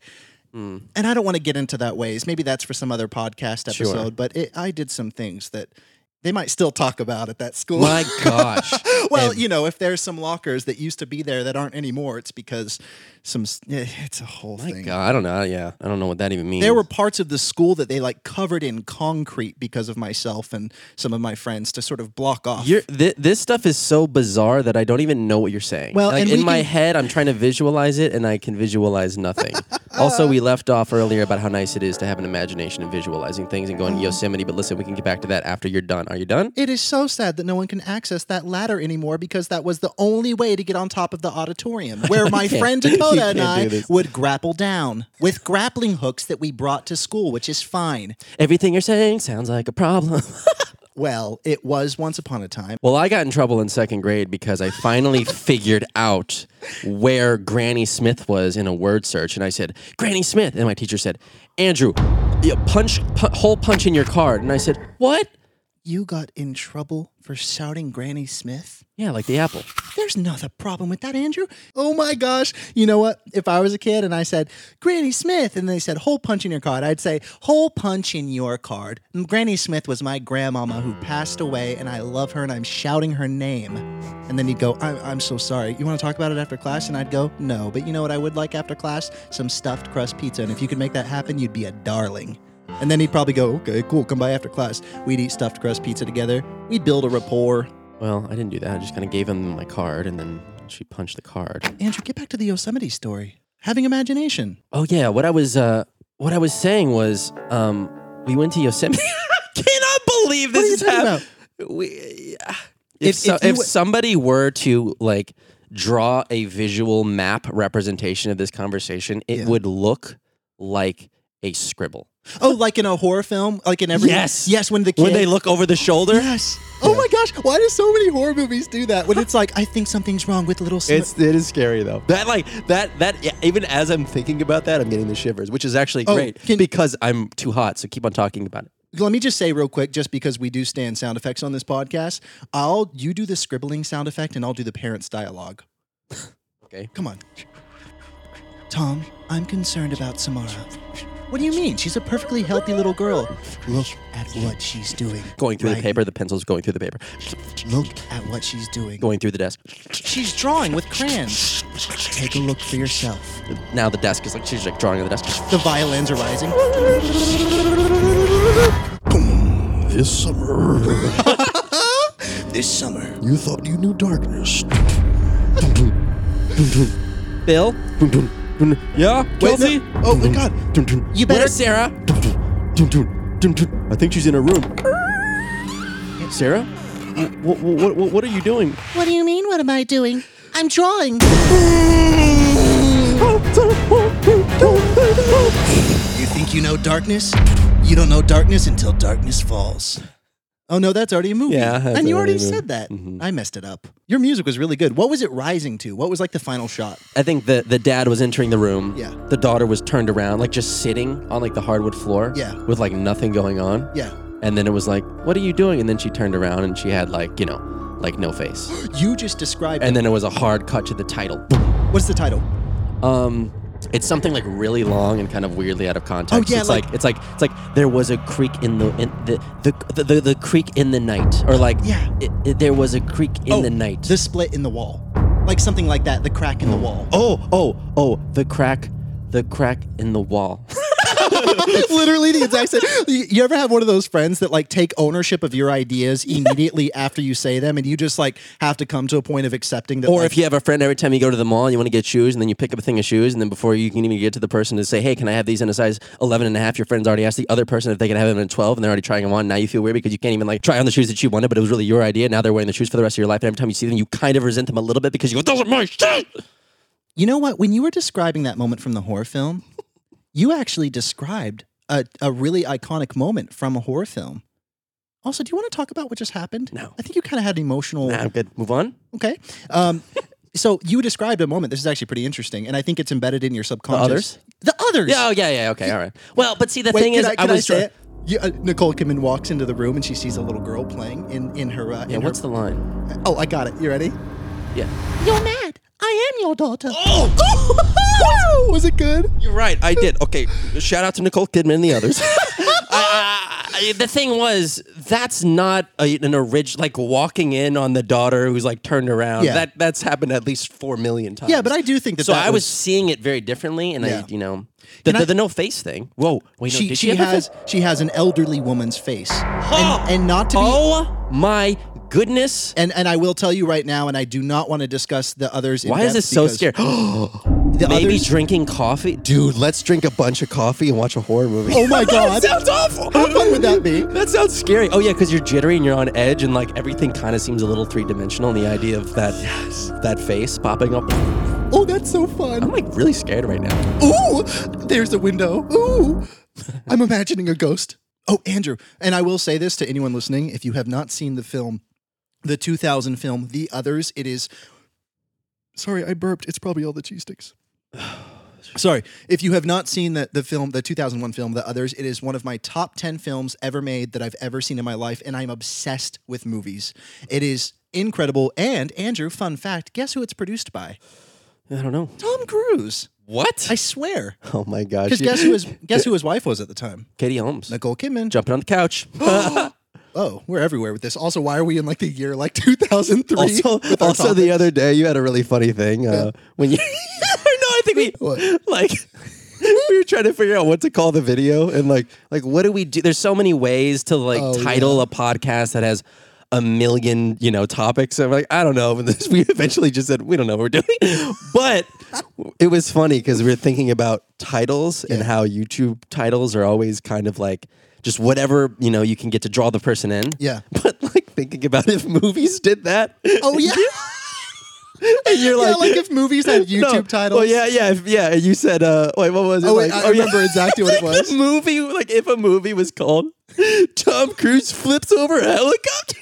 [SPEAKER 2] Mm.
[SPEAKER 3] and I don't want to get into that ways. Maybe that's for some other podcast episode. But it, I did some things that they might still talk about at that school.
[SPEAKER 2] my gosh.
[SPEAKER 3] well, you know, if there's some lockers that used to be there that aren't anymore, it's because some. s- eh, It's a whole
[SPEAKER 2] My
[SPEAKER 3] thing.
[SPEAKER 2] God, I don't know. Yeah, I don't know what that even means.
[SPEAKER 3] There were parts of the school that they like covered in concrete because of myself and some of my friends to sort of block off.
[SPEAKER 2] You're, th- this stuff is so bizarre that I don't even know what you're saying.
[SPEAKER 3] Well,
[SPEAKER 2] like
[SPEAKER 3] and
[SPEAKER 2] in
[SPEAKER 3] we
[SPEAKER 2] my
[SPEAKER 3] can-
[SPEAKER 2] head, I'm trying to visualize it, and I can visualize nothing. also, we left off earlier about how nice it is to have an imagination and visualizing things and going to Yosemite. But listen, we can get back to that after you're done. Are you done?
[SPEAKER 3] It is so sad that no one can access that ladder anymore because that was the only way to get on top of the auditorium where my friend
[SPEAKER 2] you
[SPEAKER 3] Dakota
[SPEAKER 2] can't
[SPEAKER 3] and
[SPEAKER 2] do
[SPEAKER 3] I
[SPEAKER 2] this.
[SPEAKER 3] would grapple down with grappling hooks that we brought to school, which is fine.
[SPEAKER 2] Everything you're saying sounds like a problem.
[SPEAKER 3] Well, it was once upon a time.
[SPEAKER 2] well, I got in trouble in second grade because I finally figured out where Granny Smith was in a word search, and I said Granny Smith, and my teacher said Andrew, yeah, punch pu- hole punch in your card, and I said what?
[SPEAKER 3] You got in trouble for shouting Granny Smith?
[SPEAKER 2] Yeah, like the apple.
[SPEAKER 3] There's not a problem with that, Andrew. Oh my gosh. You know what? If I was a kid and I said, Granny Smith, and they said, hole punch in your card, I'd say, hole punch in your card. And Granny Smith was my grandmama who passed away, and I love her, and I'm shouting her name. And then he'd go, I'm, I'm so sorry. You want to talk about it after class? And I'd go, no. But you know what I would like after class? Some stuffed crust pizza. And if you could make that happen, you'd be a darling. And then he'd probably go, okay, cool, come by after class. We'd eat stuffed crust pizza together. We'd build a rapport.
[SPEAKER 2] Well, I didn't do that. I just kind of gave him my card, and then she punched the card.
[SPEAKER 3] Andrew, get back to the Yosemite story. Having imagination.
[SPEAKER 2] Oh yeah, what I was uh, what I was saying was um, we went to Yosemite. I cannot believe
[SPEAKER 3] What are you
[SPEAKER 2] this is
[SPEAKER 3] talking
[SPEAKER 2] happening. We, yeah. if
[SPEAKER 3] If-
[SPEAKER 2] so,
[SPEAKER 3] if
[SPEAKER 2] if,
[SPEAKER 3] you w-
[SPEAKER 2] somebody were to like draw a visual map representation of this conversation, it
[SPEAKER 3] Yeah.
[SPEAKER 2] would look like a scribble.
[SPEAKER 3] Oh, like in a horror film, like in every
[SPEAKER 2] Yes.
[SPEAKER 3] yes, when the kid
[SPEAKER 2] When they look over the shoulder,
[SPEAKER 3] yes. Oh my gosh, why do so many horror movies do that? When it's like, I think something's wrong with little. Sm-
[SPEAKER 2] it is scary though. That like that that yeah, even as I'm thinking about that, I'm getting the shivers, which is actually
[SPEAKER 3] Oh,
[SPEAKER 2] great
[SPEAKER 3] can-
[SPEAKER 2] because I'm too hot. So keep on talking about it.
[SPEAKER 3] Let me just say real quick, just because we do stand sound effects on this podcast, I'll you do the scribbling sound effect, and I'll do the parents' dialogue.
[SPEAKER 2] Okay.
[SPEAKER 3] Come on, Tom. I'm concerned about Samara. What do you mean? She's a perfectly healthy little girl. Look at what she's doing.
[SPEAKER 2] Going through
[SPEAKER 3] right
[SPEAKER 2] the paper, the pencil's going through the paper,
[SPEAKER 3] Look at what she's doing.
[SPEAKER 2] going through the desk.
[SPEAKER 3] She's drawing with crayons. Take a look for yourself.
[SPEAKER 2] Now the desk is like she's like drawing on the desk.
[SPEAKER 3] The violins are rising.
[SPEAKER 1] This summer,
[SPEAKER 3] This summer.
[SPEAKER 1] you thought you knew darkness. Oh
[SPEAKER 2] Bill? Yeah? Kelsey?
[SPEAKER 3] Oh my god. You better
[SPEAKER 2] Where's Sarah?
[SPEAKER 1] I think she's in her room.
[SPEAKER 2] Sarah? What, what, what, what are you doing?
[SPEAKER 3] What do you mean? What am I doing? I'm drawing. You think you know darkness? You don't know darkness until darkness falls. Oh no, that's already a movie.
[SPEAKER 2] Yeah, that's
[SPEAKER 3] and you already Mm-hmm.
[SPEAKER 2] already a
[SPEAKER 3] said that. I messed it up. Your music was really good. What was it rising to? What was like the final shot?
[SPEAKER 2] I think the, the dad was entering the room.
[SPEAKER 3] Yeah.
[SPEAKER 2] The daughter was turned around, like just sitting on like the hardwood floor.
[SPEAKER 3] Yeah.
[SPEAKER 2] With like nothing going on.
[SPEAKER 3] Yeah.
[SPEAKER 2] And then it was like, what are you doing? And then she turned around and she had like, you know, like no face.
[SPEAKER 3] You just described
[SPEAKER 2] And then it was a hard cut to the title.
[SPEAKER 3] it. What's the title?
[SPEAKER 2] Um, it's something like really long and kind of weirdly out of context.
[SPEAKER 3] Oh, yeah,
[SPEAKER 2] it's like,
[SPEAKER 3] like-
[SPEAKER 2] it's like it's like there was a creek in the in the the the, the, the creek in the night, or like
[SPEAKER 3] Yeah.
[SPEAKER 2] it, it- there was a creek in
[SPEAKER 3] Oh,
[SPEAKER 2] the night.
[SPEAKER 3] The split in the wall. Like something like that, the crack in the wall.
[SPEAKER 2] Oh, oh, oh, the crack, the crack in the wall.
[SPEAKER 3] Literally the exact same. You, you ever have one of those friends that like take ownership of your ideas immediately after you say them, and you just like have to come to a point of accepting that.
[SPEAKER 2] or
[SPEAKER 3] like,
[SPEAKER 2] if you have a friend, every time you go to the mall and you want to get shoes, and then you pick up a thing of shoes, and then before you can even get to the person to say, hey, can I have these in a size 11 and a half, your friend's already asked the other person if they can have them in 12, and they're already trying them on. Now you feel weird because you can't even like try on the shoes that you wanted, but it was really your idea. Now they're wearing the shoes for the rest of your life. And every time you see them, you kind of resent them a little bit because you go, those are my shit.
[SPEAKER 3] You know what? When you were describing that moment from the horror film, you actually described a, a really iconic moment from a horror film. Also, do you want to talk about what just happened?
[SPEAKER 2] No.
[SPEAKER 3] I think you kind of had an emotional.
[SPEAKER 2] Nah, I'm good. Move on.
[SPEAKER 3] Okay. Um, so you described a moment. This is actually pretty interesting, and I think it's embedded in your subconscious.
[SPEAKER 2] others?
[SPEAKER 3] The others.
[SPEAKER 2] Yeah, oh, yeah, yeah. Okay, all right. Well, but see, the
[SPEAKER 3] Wait,
[SPEAKER 2] thing
[SPEAKER 3] can
[SPEAKER 2] is,
[SPEAKER 3] I, can I
[SPEAKER 2] was.
[SPEAKER 3] say it? You, uh, Nicole Kidman walks into the room and she sees a little girl playing in in her. Uh,
[SPEAKER 2] Yeah,
[SPEAKER 3] in
[SPEAKER 2] what's the line?
[SPEAKER 3] her, Oh, I got it. You ready?
[SPEAKER 2] Yeah.
[SPEAKER 3] You're mad. I am your daughter.
[SPEAKER 2] Oh!
[SPEAKER 3] Was it good?
[SPEAKER 2] You're right. I did. Okay. Shout out to Nicole Kidman and the others. I- I- I- the thing was, that's not a, an original. Like walking in on the daughter who's like turned around.
[SPEAKER 3] Yeah.
[SPEAKER 2] That that's happened at least four million times.
[SPEAKER 3] Yeah, but I do think that.
[SPEAKER 2] so
[SPEAKER 3] that
[SPEAKER 2] I was seeing it very differently, and
[SPEAKER 3] Yeah.
[SPEAKER 2] I, you know, the, the,
[SPEAKER 3] Can I-
[SPEAKER 2] the no face thing. Whoa, wait, no,
[SPEAKER 3] she
[SPEAKER 2] did
[SPEAKER 3] she
[SPEAKER 2] she, have a
[SPEAKER 3] has
[SPEAKER 2] face?
[SPEAKER 3] she has an elderly woman's face,
[SPEAKER 2] Huh.
[SPEAKER 3] and, and not to be.
[SPEAKER 2] Oh my goodness!
[SPEAKER 3] And and I will tell you right now, and I do not want to discuss the others. In
[SPEAKER 2] Why is
[SPEAKER 3] depth
[SPEAKER 2] this so
[SPEAKER 3] because
[SPEAKER 2] scary?
[SPEAKER 3] The
[SPEAKER 2] Maybe
[SPEAKER 3] others,
[SPEAKER 2] drinking coffee,
[SPEAKER 1] Dude, let's drink a bunch of coffee and watch a horror movie.
[SPEAKER 3] oh my god,
[SPEAKER 2] That sounds awful.
[SPEAKER 3] how fun would that be?
[SPEAKER 2] That sounds scary. Oh yeah, because you're jittery and you're on edge, and like everything kind of seems a little three dimensional. And the idea of that that face popping up, I'm
[SPEAKER 3] Oh, that's so fun.
[SPEAKER 2] like really scared right now.
[SPEAKER 3] Ooh, there's a window. Ooh, I'm imagining a ghost. Oh, Andrew, and I will say this to anyone listening: if you have not seen the film, the 2000 film, The Others, it is. Sorry, I burped. It's probably all the cheese sticks. Sorry, if you have not seen the, the film, the 2001 film, The Others, it is one of my top 10 films ever made that I've ever seen in my life, and I'm obsessed with movies. It is incredible. And, Andrew, fun fact guess who it's produced by?
[SPEAKER 2] I don't know.
[SPEAKER 3] Tom Cruise.
[SPEAKER 2] What?
[SPEAKER 3] I swear.
[SPEAKER 2] oh my gosh.
[SPEAKER 3] Because guess who his guess who his wife was at the time?
[SPEAKER 2] Katie Holmes
[SPEAKER 3] Nicole Kidman.
[SPEAKER 2] jumping on the couch.
[SPEAKER 3] Oh, we're everywhere with this. Also, why are we in like the year like 2003?
[SPEAKER 2] also,
[SPEAKER 3] E with our
[SPEAKER 1] also, the other day, you had a really funny thing. Uh,
[SPEAKER 2] when you, no, I think we
[SPEAKER 3] What?
[SPEAKER 2] like we were trying to figure out what to call the video and like like what do we do? There's so many ways to like
[SPEAKER 3] Oh,
[SPEAKER 2] title a podcast that has a million you know topics. I'm like I don't know. But this, we eventually just said we don't know what we're doing, but it was funny because we were thinking about titles and how YouTube titles are always kind of like. Just whatever you know, you can get to draw the person in.
[SPEAKER 3] Yeah.
[SPEAKER 2] But like thinking about if movies did that,
[SPEAKER 3] Oh yeah.
[SPEAKER 2] and you're
[SPEAKER 3] yeah,
[SPEAKER 2] like,
[SPEAKER 3] like if movies had YouTube
[SPEAKER 2] no.
[SPEAKER 3] titles.
[SPEAKER 2] Well, oh, yeah, yeah, if, yeah. You said, uh, wait, what was it?
[SPEAKER 3] Oh, wait,
[SPEAKER 2] like,
[SPEAKER 3] I
[SPEAKER 2] yeah.
[SPEAKER 3] remember exactly what it was.
[SPEAKER 2] the movie, like, if a movie was called "Tom Cruise Flips Over a Helicopter,"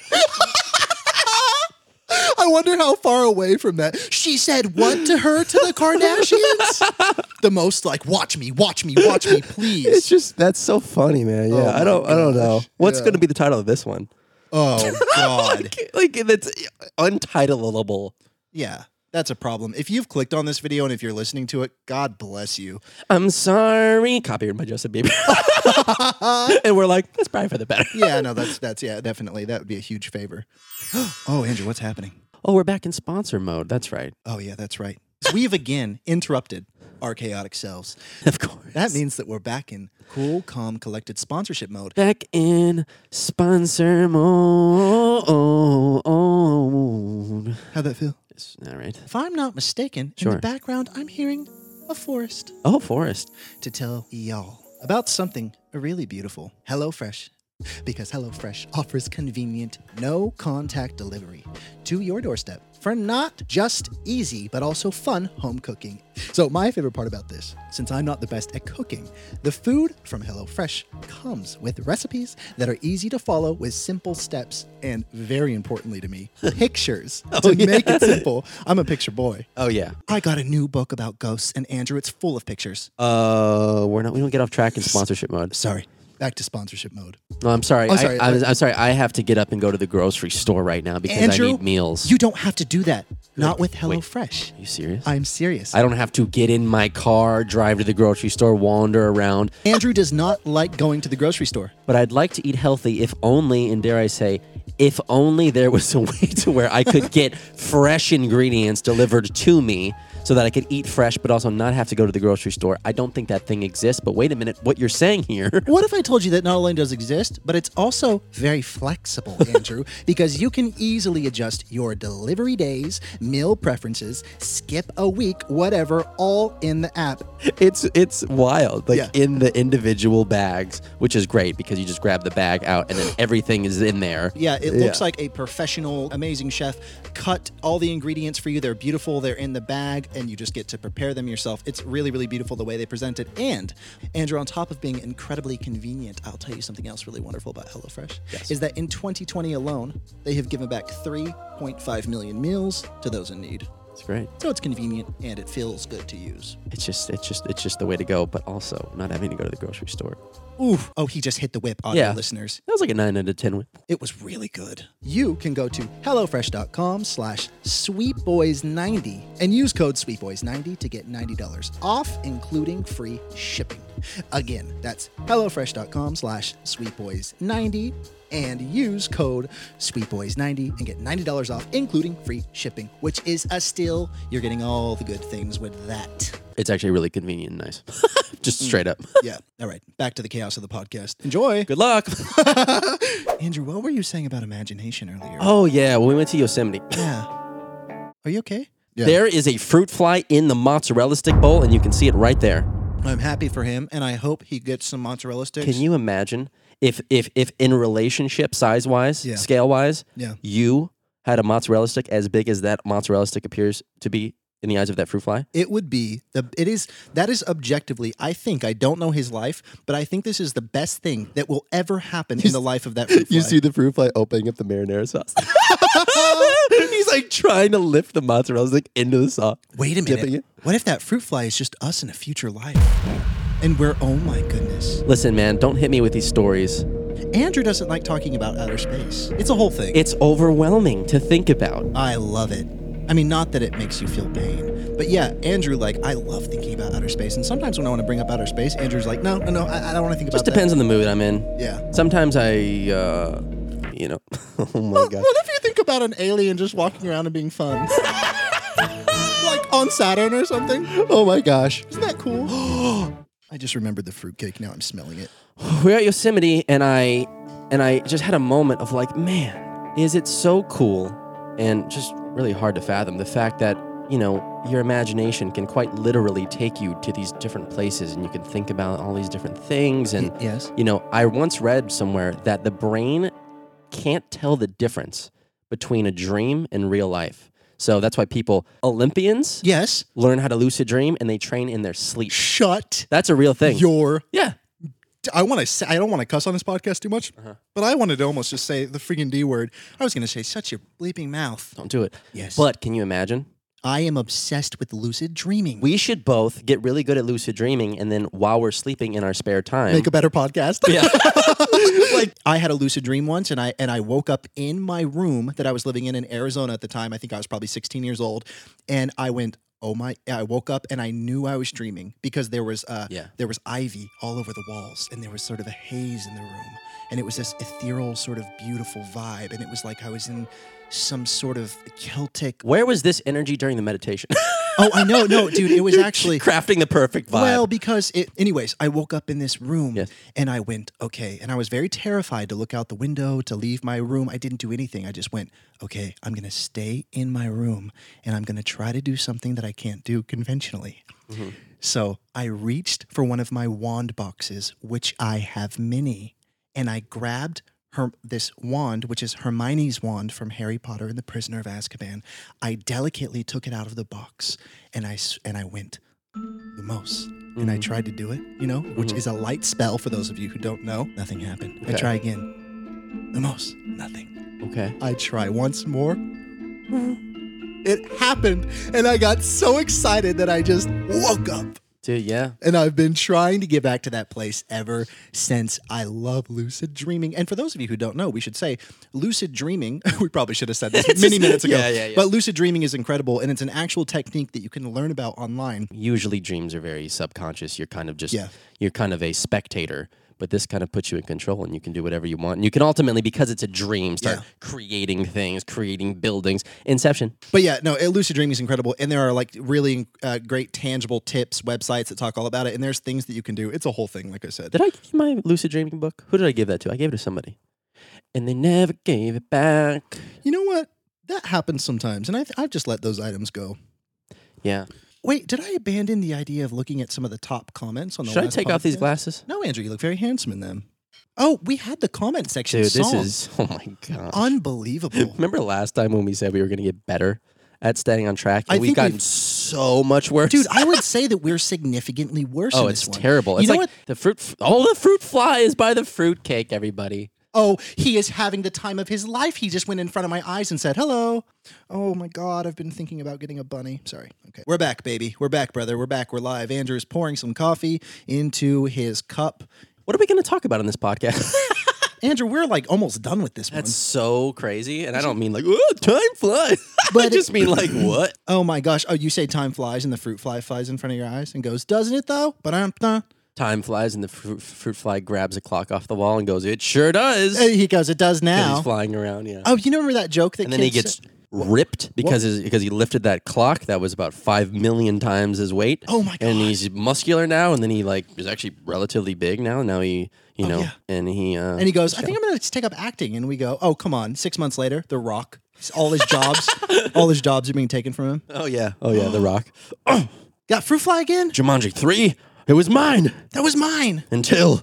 [SPEAKER 3] I wonder how far away from that. She said what to her to the Kardashians? the most like, watch me, watch me, watch me,
[SPEAKER 1] it's
[SPEAKER 3] please.
[SPEAKER 1] just that's so funny, man. Yeah,
[SPEAKER 3] Oh, my
[SPEAKER 1] I don't, I don't know.
[SPEAKER 2] what's
[SPEAKER 3] Yeah.
[SPEAKER 2] going to be the title of this one?
[SPEAKER 3] Oh God.
[SPEAKER 2] Like, like that's untitleable.
[SPEAKER 3] Yeah. That's a problem. If you've clicked on this video and if you're listening to it, God bless you.
[SPEAKER 2] I'm sorry, copyrighted by Justin Bieber. and we're like, that's probably for the better.
[SPEAKER 3] Yeah, no, that's that's yeah, definitely. That would be a huge favor. oh, Andrew, what's happening?
[SPEAKER 2] Oh, we're back in sponsor mode. That's right.
[SPEAKER 3] Oh yeah, that's right. We've again interrupted our chaotic selves.
[SPEAKER 2] Of course.
[SPEAKER 3] That means that we're back in cool, calm, collected sponsorship mode.
[SPEAKER 2] back in sponsor mode.
[SPEAKER 3] How'd that feel?
[SPEAKER 2] It's- All right.
[SPEAKER 3] If I'm not mistaken, in
[SPEAKER 2] Sure.
[SPEAKER 3] the background, I'm hearing a forest
[SPEAKER 2] Oh, Forrest.
[SPEAKER 3] to tell y'all about something really beautiful HelloFresh. Because HelloFresh offers convenient, no contact delivery to your doorstep for not just easy, but also fun home cooking. So, my favorite part about this, since I'm not the best at cooking, the food from HelloFresh comes with recipes that are easy to follow with simple steps and, very importantly to me, pictures to make it simple. I'm a picture boy.
[SPEAKER 2] Oh yeah.
[SPEAKER 3] I got a new book about ghosts, and Andrew, it's full of pictures.
[SPEAKER 2] Uh, we're not. We don't get off track in sponsorship mode.
[SPEAKER 3] Sorry. Back to sponsorship mode.
[SPEAKER 2] No, I'm sorry.
[SPEAKER 3] I'm sorry,
[SPEAKER 2] I, am
[SPEAKER 3] I-
[SPEAKER 2] sorry. I have to get up and go to the grocery store right now because I need meals.
[SPEAKER 3] You don't have to do that. Not with HelloFresh.
[SPEAKER 2] Are you serious?
[SPEAKER 3] I'm serious.
[SPEAKER 2] I don't have to get in my car, drive to the grocery store, wander around.
[SPEAKER 3] Andrew does not like going to the grocery store.
[SPEAKER 2] But I'd like to eat healthy, if only, and dare I say, if only there was a way to where I could get fresh ingredients delivered to me so that I could eat fresh but also not have to go to the grocery store. I don't think that thing exists, but wait a minute, what you're saying here.
[SPEAKER 3] What if I told you that not only does it exist, but it's also very flexible, Andrew, because you can easily adjust your delivery days, meal preferences, skip a week, whatever, all in the app.
[SPEAKER 2] It's it's wild. Like
[SPEAKER 3] Yeah.
[SPEAKER 2] in the individual bags, which is great because you just grab the bag out and then everything is in there.
[SPEAKER 3] Yeah, it looks like a professional, amazing chef cut all the ingredients for you. They're beautiful, they're in the bag, and you just get to prepare them yourself. It's really, really beautiful the way they present it. And, Andrew, on top of being incredibly convenient, I'll tell you something else really wonderful about HelloFresh is that in 2020 alone, they have given back 3.5 million meals to those in need.
[SPEAKER 2] It's great.
[SPEAKER 3] So it's convenient and it feels good to use.
[SPEAKER 2] It's just it's just it's just the way to go, but also not having to go to the grocery store.
[SPEAKER 3] Oof. Oh, he just hit the whip, audio
[SPEAKER 2] Yeah.
[SPEAKER 3] listeners.
[SPEAKER 2] That was like a nine out of ten win.
[SPEAKER 3] It was really good. You can go to HelloFresh.com slash SweetBoys90 and use code SweetBoys90 to get $90 off, including free shipping. Again, that's HelloFresh.com slash SweetBoys90 and use code SweetBoys90 and get $90 off, including free shipping, which is a steal. You're getting all the good things with that.
[SPEAKER 2] It's actually really convenient and nice. just
[SPEAKER 3] Mm.
[SPEAKER 2] straight up.
[SPEAKER 3] Yeah. All right. Back to the chaos of the podcast. Enjoy.
[SPEAKER 2] Good luck.
[SPEAKER 3] Andrew, what were you saying about imagination earlier?
[SPEAKER 2] Oh yeah, when we went to Yosemite.
[SPEAKER 3] Yeah. Are you okay? Yeah.
[SPEAKER 2] There is a fruit fly in the mozzarella stick bowl, and you can see it right there.
[SPEAKER 3] I'm happy for him, and I hope he gets some mozzarella sticks.
[SPEAKER 2] Can you imagine if if if in relationship size wise,
[SPEAKER 3] Yeah.
[SPEAKER 2] scale wise,
[SPEAKER 3] Yeah.
[SPEAKER 2] you had a mozzarella stick as big as that mozzarella stick appears to be in the eyes of that fruit fly?
[SPEAKER 3] It would be the. It is that is objectively. I think I don't know his life, but I think this is the best thing that will ever happen in the life of that. fruit
[SPEAKER 1] You
[SPEAKER 3] fly.
[SPEAKER 1] see the fruit fly opening up the marinara sauce. He's like trying to lift the mozzarella stick into the sauce.
[SPEAKER 3] Wait a
[SPEAKER 1] dipping
[SPEAKER 3] minute.
[SPEAKER 1] it.
[SPEAKER 3] What if that fruit fly is just us in a future life, and we're oh my goodness.
[SPEAKER 2] Listen, man, don't hit me with these stories.
[SPEAKER 3] Andrew doesn't like talking about outer space. It's a whole thing.
[SPEAKER 2] It's overwhelming to think about.
[SPEAKER 3] I love it. I mean, not that it makes you feel pain, but yeah, Andrew, like, I love thinking about outer space. And sometimes when I want to bring up outer space, Andrew's like, no, no, no, I, I don't want to think about
[SPEAKER 2] Just depends on the mood I'm in.
[SPEAKER 3] that. Yeah.
[SPEAKER 2] Sometimes I, uh, you know,
[SPEAKER 1] Oh my god.
[SPEAKER 3] What if you think about an alien just walking around and being fun? like on Saturn or something? Isn't
[SPEAKER 1] Oh my gosh.
[SPEAKER 3] that cool? I just remembered the fruitcake. Now I'm smelling it.
[SPEAKER 2] we're at Yosemite, and I and I just had a moment of like, man, is it so cool and just really hard to fathom the fact that you know your imagination can quite literally take you to these different places, and you can think about all these different things. And
[SPEAKER 3] yes.
[SPEAKER 2] you know, I once read somewhere that the brain can't tell the difference between a dream and real life. So that's why people Olympians
[SPEAKER 3] Yes.
[SPEAKER 2] learn how to lucid dream and they train in their sleep.
[SPEAKER 3] Shut
[SPEAKER 2] That's a real thing.
[SPEAKER 3] your.
[SPEAKER 2] yeah.
[SPEAKER 3] I want to. Say, I don't want to cuss on this podcast too much, but I wanted to almost just say the freaking D word. I was going to say, shut your bleeping mouth.
[SPEAKER 2] Don't do it.
[SPEAKER 3] Yes.
[SPEAKER 2] But can you imagine?
[SPEAKER 3] I am obsessed with lucid dreaming.
[SPEAKER 2] We should both get really good at lucid dreaming and then while we're sleeping in our spare time.
[SPEAKER 3] make a better podcast.
[SPEAKER 2] Yeah.
[SPEAKER 3] like I had a lucid dream once and I and I woke up in my room that I was living in in Arizona at the time. I think I was probably 16 years old and I went Oh my! I woke up and I knew I was dreaming because there was uh,
[SPEAKER 2] Yeah.
[SPEAKER 3] there was ivy all over the walls and there was sort of a haze in the room and it was this ethereal sort of beautiful vibe and it was like I was in some sort of Celtic.
[SPEAKER 2] Where was this energy during the meditation?
[SPEAKER 3] Oh, I know, no, dude, it was actually
[SPEAKER 2] Crafting the perfect vibe.
[SPEAKER 3] well, because it, anyways, I woke up in this room
[SPEAKER 2] Yes.
[SPEAKER 3] and I went, okay. And I was very terrified to look out the window, to leave my room. I didn't do anything. I just went, okay, I'm going to stay in my room and I'm going to try to do something that I can't do conventionally.
[SPEAKER 2] Mm-hmm.
[SPEAKER 3] So I reached for one of my wand boxes, which I have many, and I grabbed her this wand, which is Hermione's wand from Harry Potter and the Prisoner of Azkaban. I delicately took it out of the box and I s- and I went lumos. And
[SPEAKER 2] Mm-hmm.
[SPEAKER 3] I tried to do it, you know, which is a light spell for those of you who don't know. Nothing happened. I
[SPEAKER 2] Okay.
[SPEAKER 3] try again. Lumos, nothing.
[SPEAKER 2] okay.
[SPEAKER 3] I try once more. It happened, and I got so excited that I just woke up.
[SPEAKER 2] Dude, yeah.
[SPEAKER 3] And I've been trying to get back to that place ever since. I love lucid dreaming. And for those of you who don't know, we should say lucid dreaming. we probably should have said this many minutes ago.
[SPEAKER 2] Yeah, yeah, yeah.
[SPEAKER 3] But lucid dreaming is incredible, and it's an actual technique that you can learn about online.
[SPEAKER 2] Usually dreams are very subconscious. You're kind of just
[SPEAKER 3] Yeah.
[SPEAKER 2] you're kind of a spectator. But this kind of puts you in control and you can do whatever you want. And you can ultimately, because it's a dream, start
[SPEAKER 3] Yeah.
[SPEAKER 2] creating things, creating buildings. Inception.
[SPEAKER 3] But yeah, no, it- lucid dreaming is incredible, and there are like really uh, great tangible tips, websites that talk all about it, and there's things that you can do. It's a whole thing, like I said.
[SPEAKER 2] Did I give you my lucid dreaming book? Who did I give that to? I gave it to somebody. And they never gave it back.
[SPEAKER 3] You know what? That happens sometimes, and I've, I've just let those items go.
[SPEAKER 2] Yeah.
[SPEAKER 3] Wait, did I abandon the idea of looking at some of the top comments on the?
[SPEAKER 2] Should I
[SPEAKER 3] last
[SPEAKER 2] take off these
[SPEAKER 3] podcast?
[SPEAKER 2] glasses?
[SPEAKER 3] No, Andrew, you look very handsome in them. Oh, we had the comment section.
[SPEAKER 2] Dude, this
[SPEAKER 3] song.
[SPEAKER 2] is oh my god.
[SPEAKER 3] unbelievable.
[SPEAKER 2] Remember last time when we said we were going to get better at staying on track?
[SPEAKER 3] I
[SPEAKER 2] And we've
[SPEAKER 3] think
[SPEAKER 2] gotten
[SPEAKER 3] we've-
[SPEAKER 2] so much worse.
[SPEAKER 3] Dude, I would say that we're significantly worse.
[SPEAKER 2] oh,
[SPEAKER 3] in
[SPEAKER 2] it's
[SPEAKER 3] this one.
[SPEAKER 2] terrible.
[SPEAKER 3] You
[SPEAKER 2] It's
[SPEAKER 3] know
[SPEAKER 2] like
[SPEAKER 3] what?
[SPEAKER 2] the fruit. F- oh, the fruit fly is by the fruit cake. Everybody.
[SPEAKER 3] Oh, he is having the time of his life. He just went in front of my eyes and said, "Hello." Oh my God, I've been thinking about getting a bunny. Sorry. Okay, we're back, baby. We're back, brother. We're back. We're live. Andrew is pouring some coffee into his cup.
[SPEAKER 2] What are we going to talk about on this podcast?
[SPEAKER 3] Andrew, we're like almost done with this
[SPEAKER 2] That's so crazy, and I don't mean like oh, time flies. I
[SPEAKER 3] But
[SPEAKER 2] just
[SPEAKER 3] it-
[SPEAKER 2] mean like what?
[SPEAKER 3] one. Oh my gosh. Oh, you say time flies and the fruit fly flies in front of your eyes and goes, "Doesn't it though?" But I'm
[SPEAKER 2] Time flies, and the fruit, fruit fly grabs a clock off the wall and goes, "It sure does."
[SPEAKER 3] Uh, he goes, "It does
[SPEAKER 2] And
[SPEAKER 3] now."
[SPEAKER 2] he's flying around, yeah.
[SPEAKER 3] Oh, you know, remember that joke that
[SPEAKER 2] and then he
[SPEAKER 3] kids-
[SPEAKER 2] gets ripped because his, because he lifted that clock that was about five million times his weight.
[SPEAKER 3] Oh my
[SPEAKER 2] And
[SPEAKER 3] God.
[SPEAKER 2] he's muscular now, and then he like is actually relatively big now. Now he, you know,
[SPEAKER 3] Oh, yeah.
[SPEAKER 2] and he uh,
[SPEAKER 3] And he goes, I think I'm going to take up acting. And we go, oh, come on. Six months later, The Rock, all his jobs, all his jobs are being taken from him.
[SPEAKER 2] oh yeah, oh yeah, The Rock,
[SPEAKER 3] Got Fruit Fly again?
[SPEAKER 2] Jumanji three, it was mine
[SPEAKER 3] That was mine.
[SPEAKER 2] until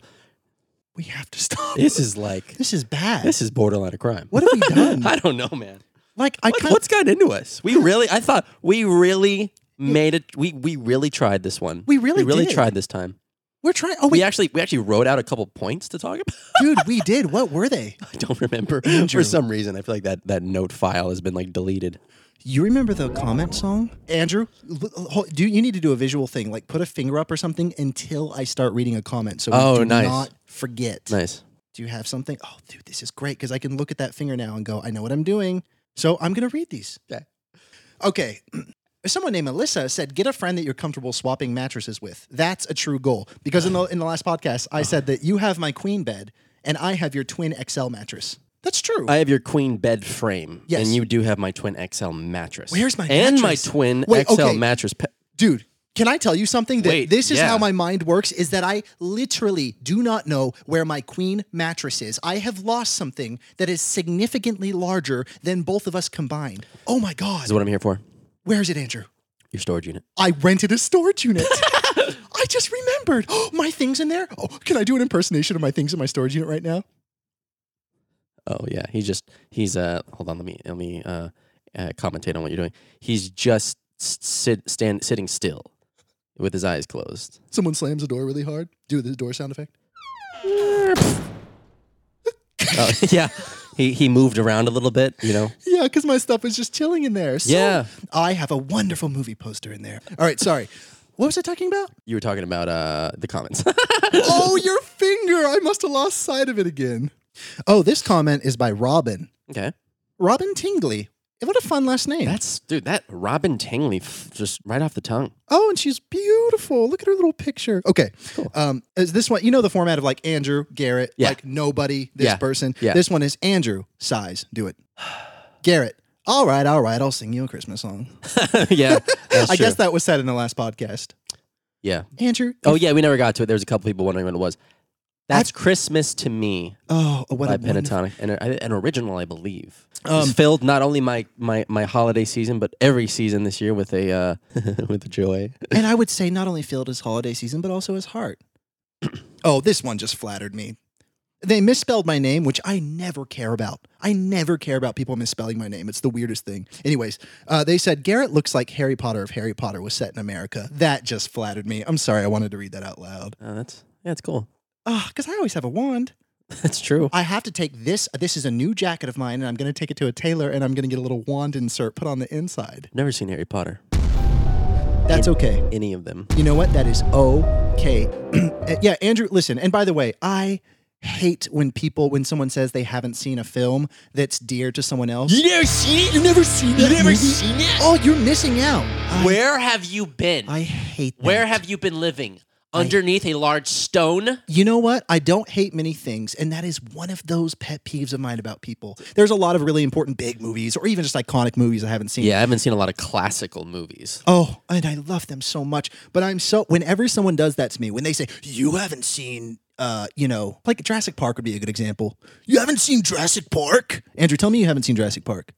[SPEAKER 3] We have to stop.
[SPEAKER 2] this is like
[SPEAKER 3] This is bad.
[SPEAKER 2] this is borderline a crime.
[SPEAKER 3] what have we done?
[SPEAKER 2] I don't know, man.
[SPEAKER 3] Like, I
[SPEAKER 2] What,
[SPEAKER 3] kind
[SPEAKER 2] what's gotten into us? We really, I thought we really made it. We we really tried this one.
[SPEAKER 3] We really
[SPEAKER 2] we really
[SPEAKER 3] did.
[SPEAKER 2] tried this time.
[SPEAKER 3] we're trying. Oh, wait,
[SPEAKER 2] We actually we actually wrote out a couple points to talk about.
[SPEAKER 3] dude, we did. What were they?
[SPEAKER 2] I don't remember for some reason. I feel like that that note file has been like deleted.
[SPEAKER 3] You remember the comment song? Andrew, l- l- hol- do you need to do a visual thing? Like, put a finger up or something until I start reading a comment. So we
[SPEAKER 2] Oh,
[SPEAKER 3] do
[SPEAKER 2] nice.
[SPEAKER 3] not forget.
[SPEAKER 2] Nice.
[SPEAKER 3] Do you have something? Oh, dude, this is great because I can look at that finger now and go, I know what I'm doing. So I'm going to read these.
[SPEAKER 2] Okay.
[SPEAKER 3] Okay. Someone named Alyssa said, "Get a friend that you're comfortable swapping mattresses with. That's a true goal." Because in the in the last podcast, I said that you have my queen bed and I have your twin XL mattress. That's true.
[SPEAKER 2] I have your queen bed frame.
[SPEAKER 3] Yes.
[SPEAKER 2] And you do have my twin XL mattress.
[SPEAKER 3] Where's my
[SPEAKER 2] and
[SPEAKER 3] mattress?
[SPEAKER 2] my twin
[SPEAKER 3] Wait,
[SPEAKER 2] XL
[SPEAKER 3] okay.
[SPEAKER 2] mattress? Pe-
[SPEAKER 3] Dude, can I tell you something? That
[SPEAKER 2] Wait,
[SPEAKER 3] this is
[SPEAKER 2] yeah.
[SPEAKER 3] how my mind works is that I literally do not know where my queen mattress is. I have lost something that is significantly larger than both of us combined. Oh my god.
[SPEAKER 2] is what I'm here for.
[SPEAKER 3] Where is it, Andrew?
[SPEAKER 2] Your storage unit.
[SPEAKER 3] I rented a storage unit. I just remembered. Oh, my things in there. Oh, can I do an impersonation of my things in my storage unit right now?
[SPEAKER 2] Oh yeah. He's just he's uh hold on. Let me let me uh, uh commentate on what you're doing. He's just s- sit stand sitting still with his eyes closed.
[SPEAKER 3] Someone slams the door really hard. Do the door sound effect.
[SPEAKER 2] Oh yeah. He he moved around a little bit. You know.
[SPEAKER 3] Yeah, because my stuff is just chilling in there. So
[SPEAKER 2] Yeah.
[SPEAKER 3] I have a wonderful movie poster in there. All right, sorry. What was I talking about?
[SPEAKER 2] You were talking about uh the comments.
[SPEAKER 3] oh, your finger. I must have lost sight of it again. Oh, this comment is by Robin.
[SPEAKER 2] okay.
[SPEAKER 3] Robin Tingley. What a fun last name.
[SPEAKER 2] That's dude. That Robin Tingley f- just right off the tongue.
[SPEAKER 3] Oh, and she's beautiful. Look at her little picture. Okay. Um, is this one, you know, the format of like Andrew, Garrett,
[SPEAKER 2] Yeah.
[SPEAKER 3] like nobody, this
[SPEAKER 2] Yeah.
[SPEAKER 3] person.
[SPEAKER 2] Yeah.
[SPEAKER 3] This one is Andrew, size, do it. Garrett, all right, all right, I'll sing you a Christmas song.
[SPEAKER 2] yeah, that's
[SPEAKER 3] I
[SPEAKER 2] true.
[SPEAKER 3] guess that was said in the last podcast.
[SPEAKER 2] Yeah.
[SPEAKER 3] Andrew,
[SPEAKER 2] Oh yeah, we never got to it. There was a couple people wondering what it was. That's Christmas to me
[SPEAKER 3] oh, what
[SPEAKER 2] by
[SPEAKER 3] a wonderful-
[SPEAKER 2] Pentatonic, and uh, an original, I believe. it's filled not only my, my my holiday season, but every season this year with a uh, with a joy.
[SPEAKER 3] And I would say not only filled his holiday season, but also his heart. oh, this one just flattered me. They misspelled my name, which I never care about. I never care about people misspelling my name. It's the weirdest thing. Anyways, uh, they said Garrett looks like Harry Potter if Harry Potter was set in America. That just flattered me. I'm sorry, I wanted to read that out loud.
[SPEAKER 2] Oh, that's yeah, it's cool.
[SPEAKER 3] Ah, because I always have a wand.
[SPEAKER 2] That's true.
[SPEAKER 3] I have to take this. This is a new jacket of mine, and I'm going to take it to a tailor, and I'm going to get a little wand insert put on the inside.
[SPEAKER 2] Never seen Harry Potter.
[SPEAKER 3] That's okay.
[SPEAKER 2] Any of them?
[SPEAKER 3] You know what? That is okay. Uh, yeah, Andrew, listen. And by the way, I hate when people, when someone says they haven't seen a film that's dear to someone else.
[SPEAKER 2] never seen it. You never seen it. Mm-hmm. You never seen it.
[SPEAKER 3] Oh, you're missing out. I,
[SPEAKER 2] Where have you been?
[SPEAKER 3] I hate that.
[SPEAKER 2] you been living? underneath a large stone.
[SPEAKER 3] You know what? I don't hate many things, and that is one of those pet peeves of mine about people. There's a lot of really important big movies, or even just iconic movies I haven't seen.
[SPEAKER 2] Yeah, I haven't seen a lot of classical movies.
[SPEAKER 3] Oh, and I love them so much. But I'm so whenever someone does that to me, when they say you haven't seen, uh, you know, like Jurassic Park would be a good example. You haven't seen Jurassic Park, Andrew. Tell me you haven't seen Jurassic Park.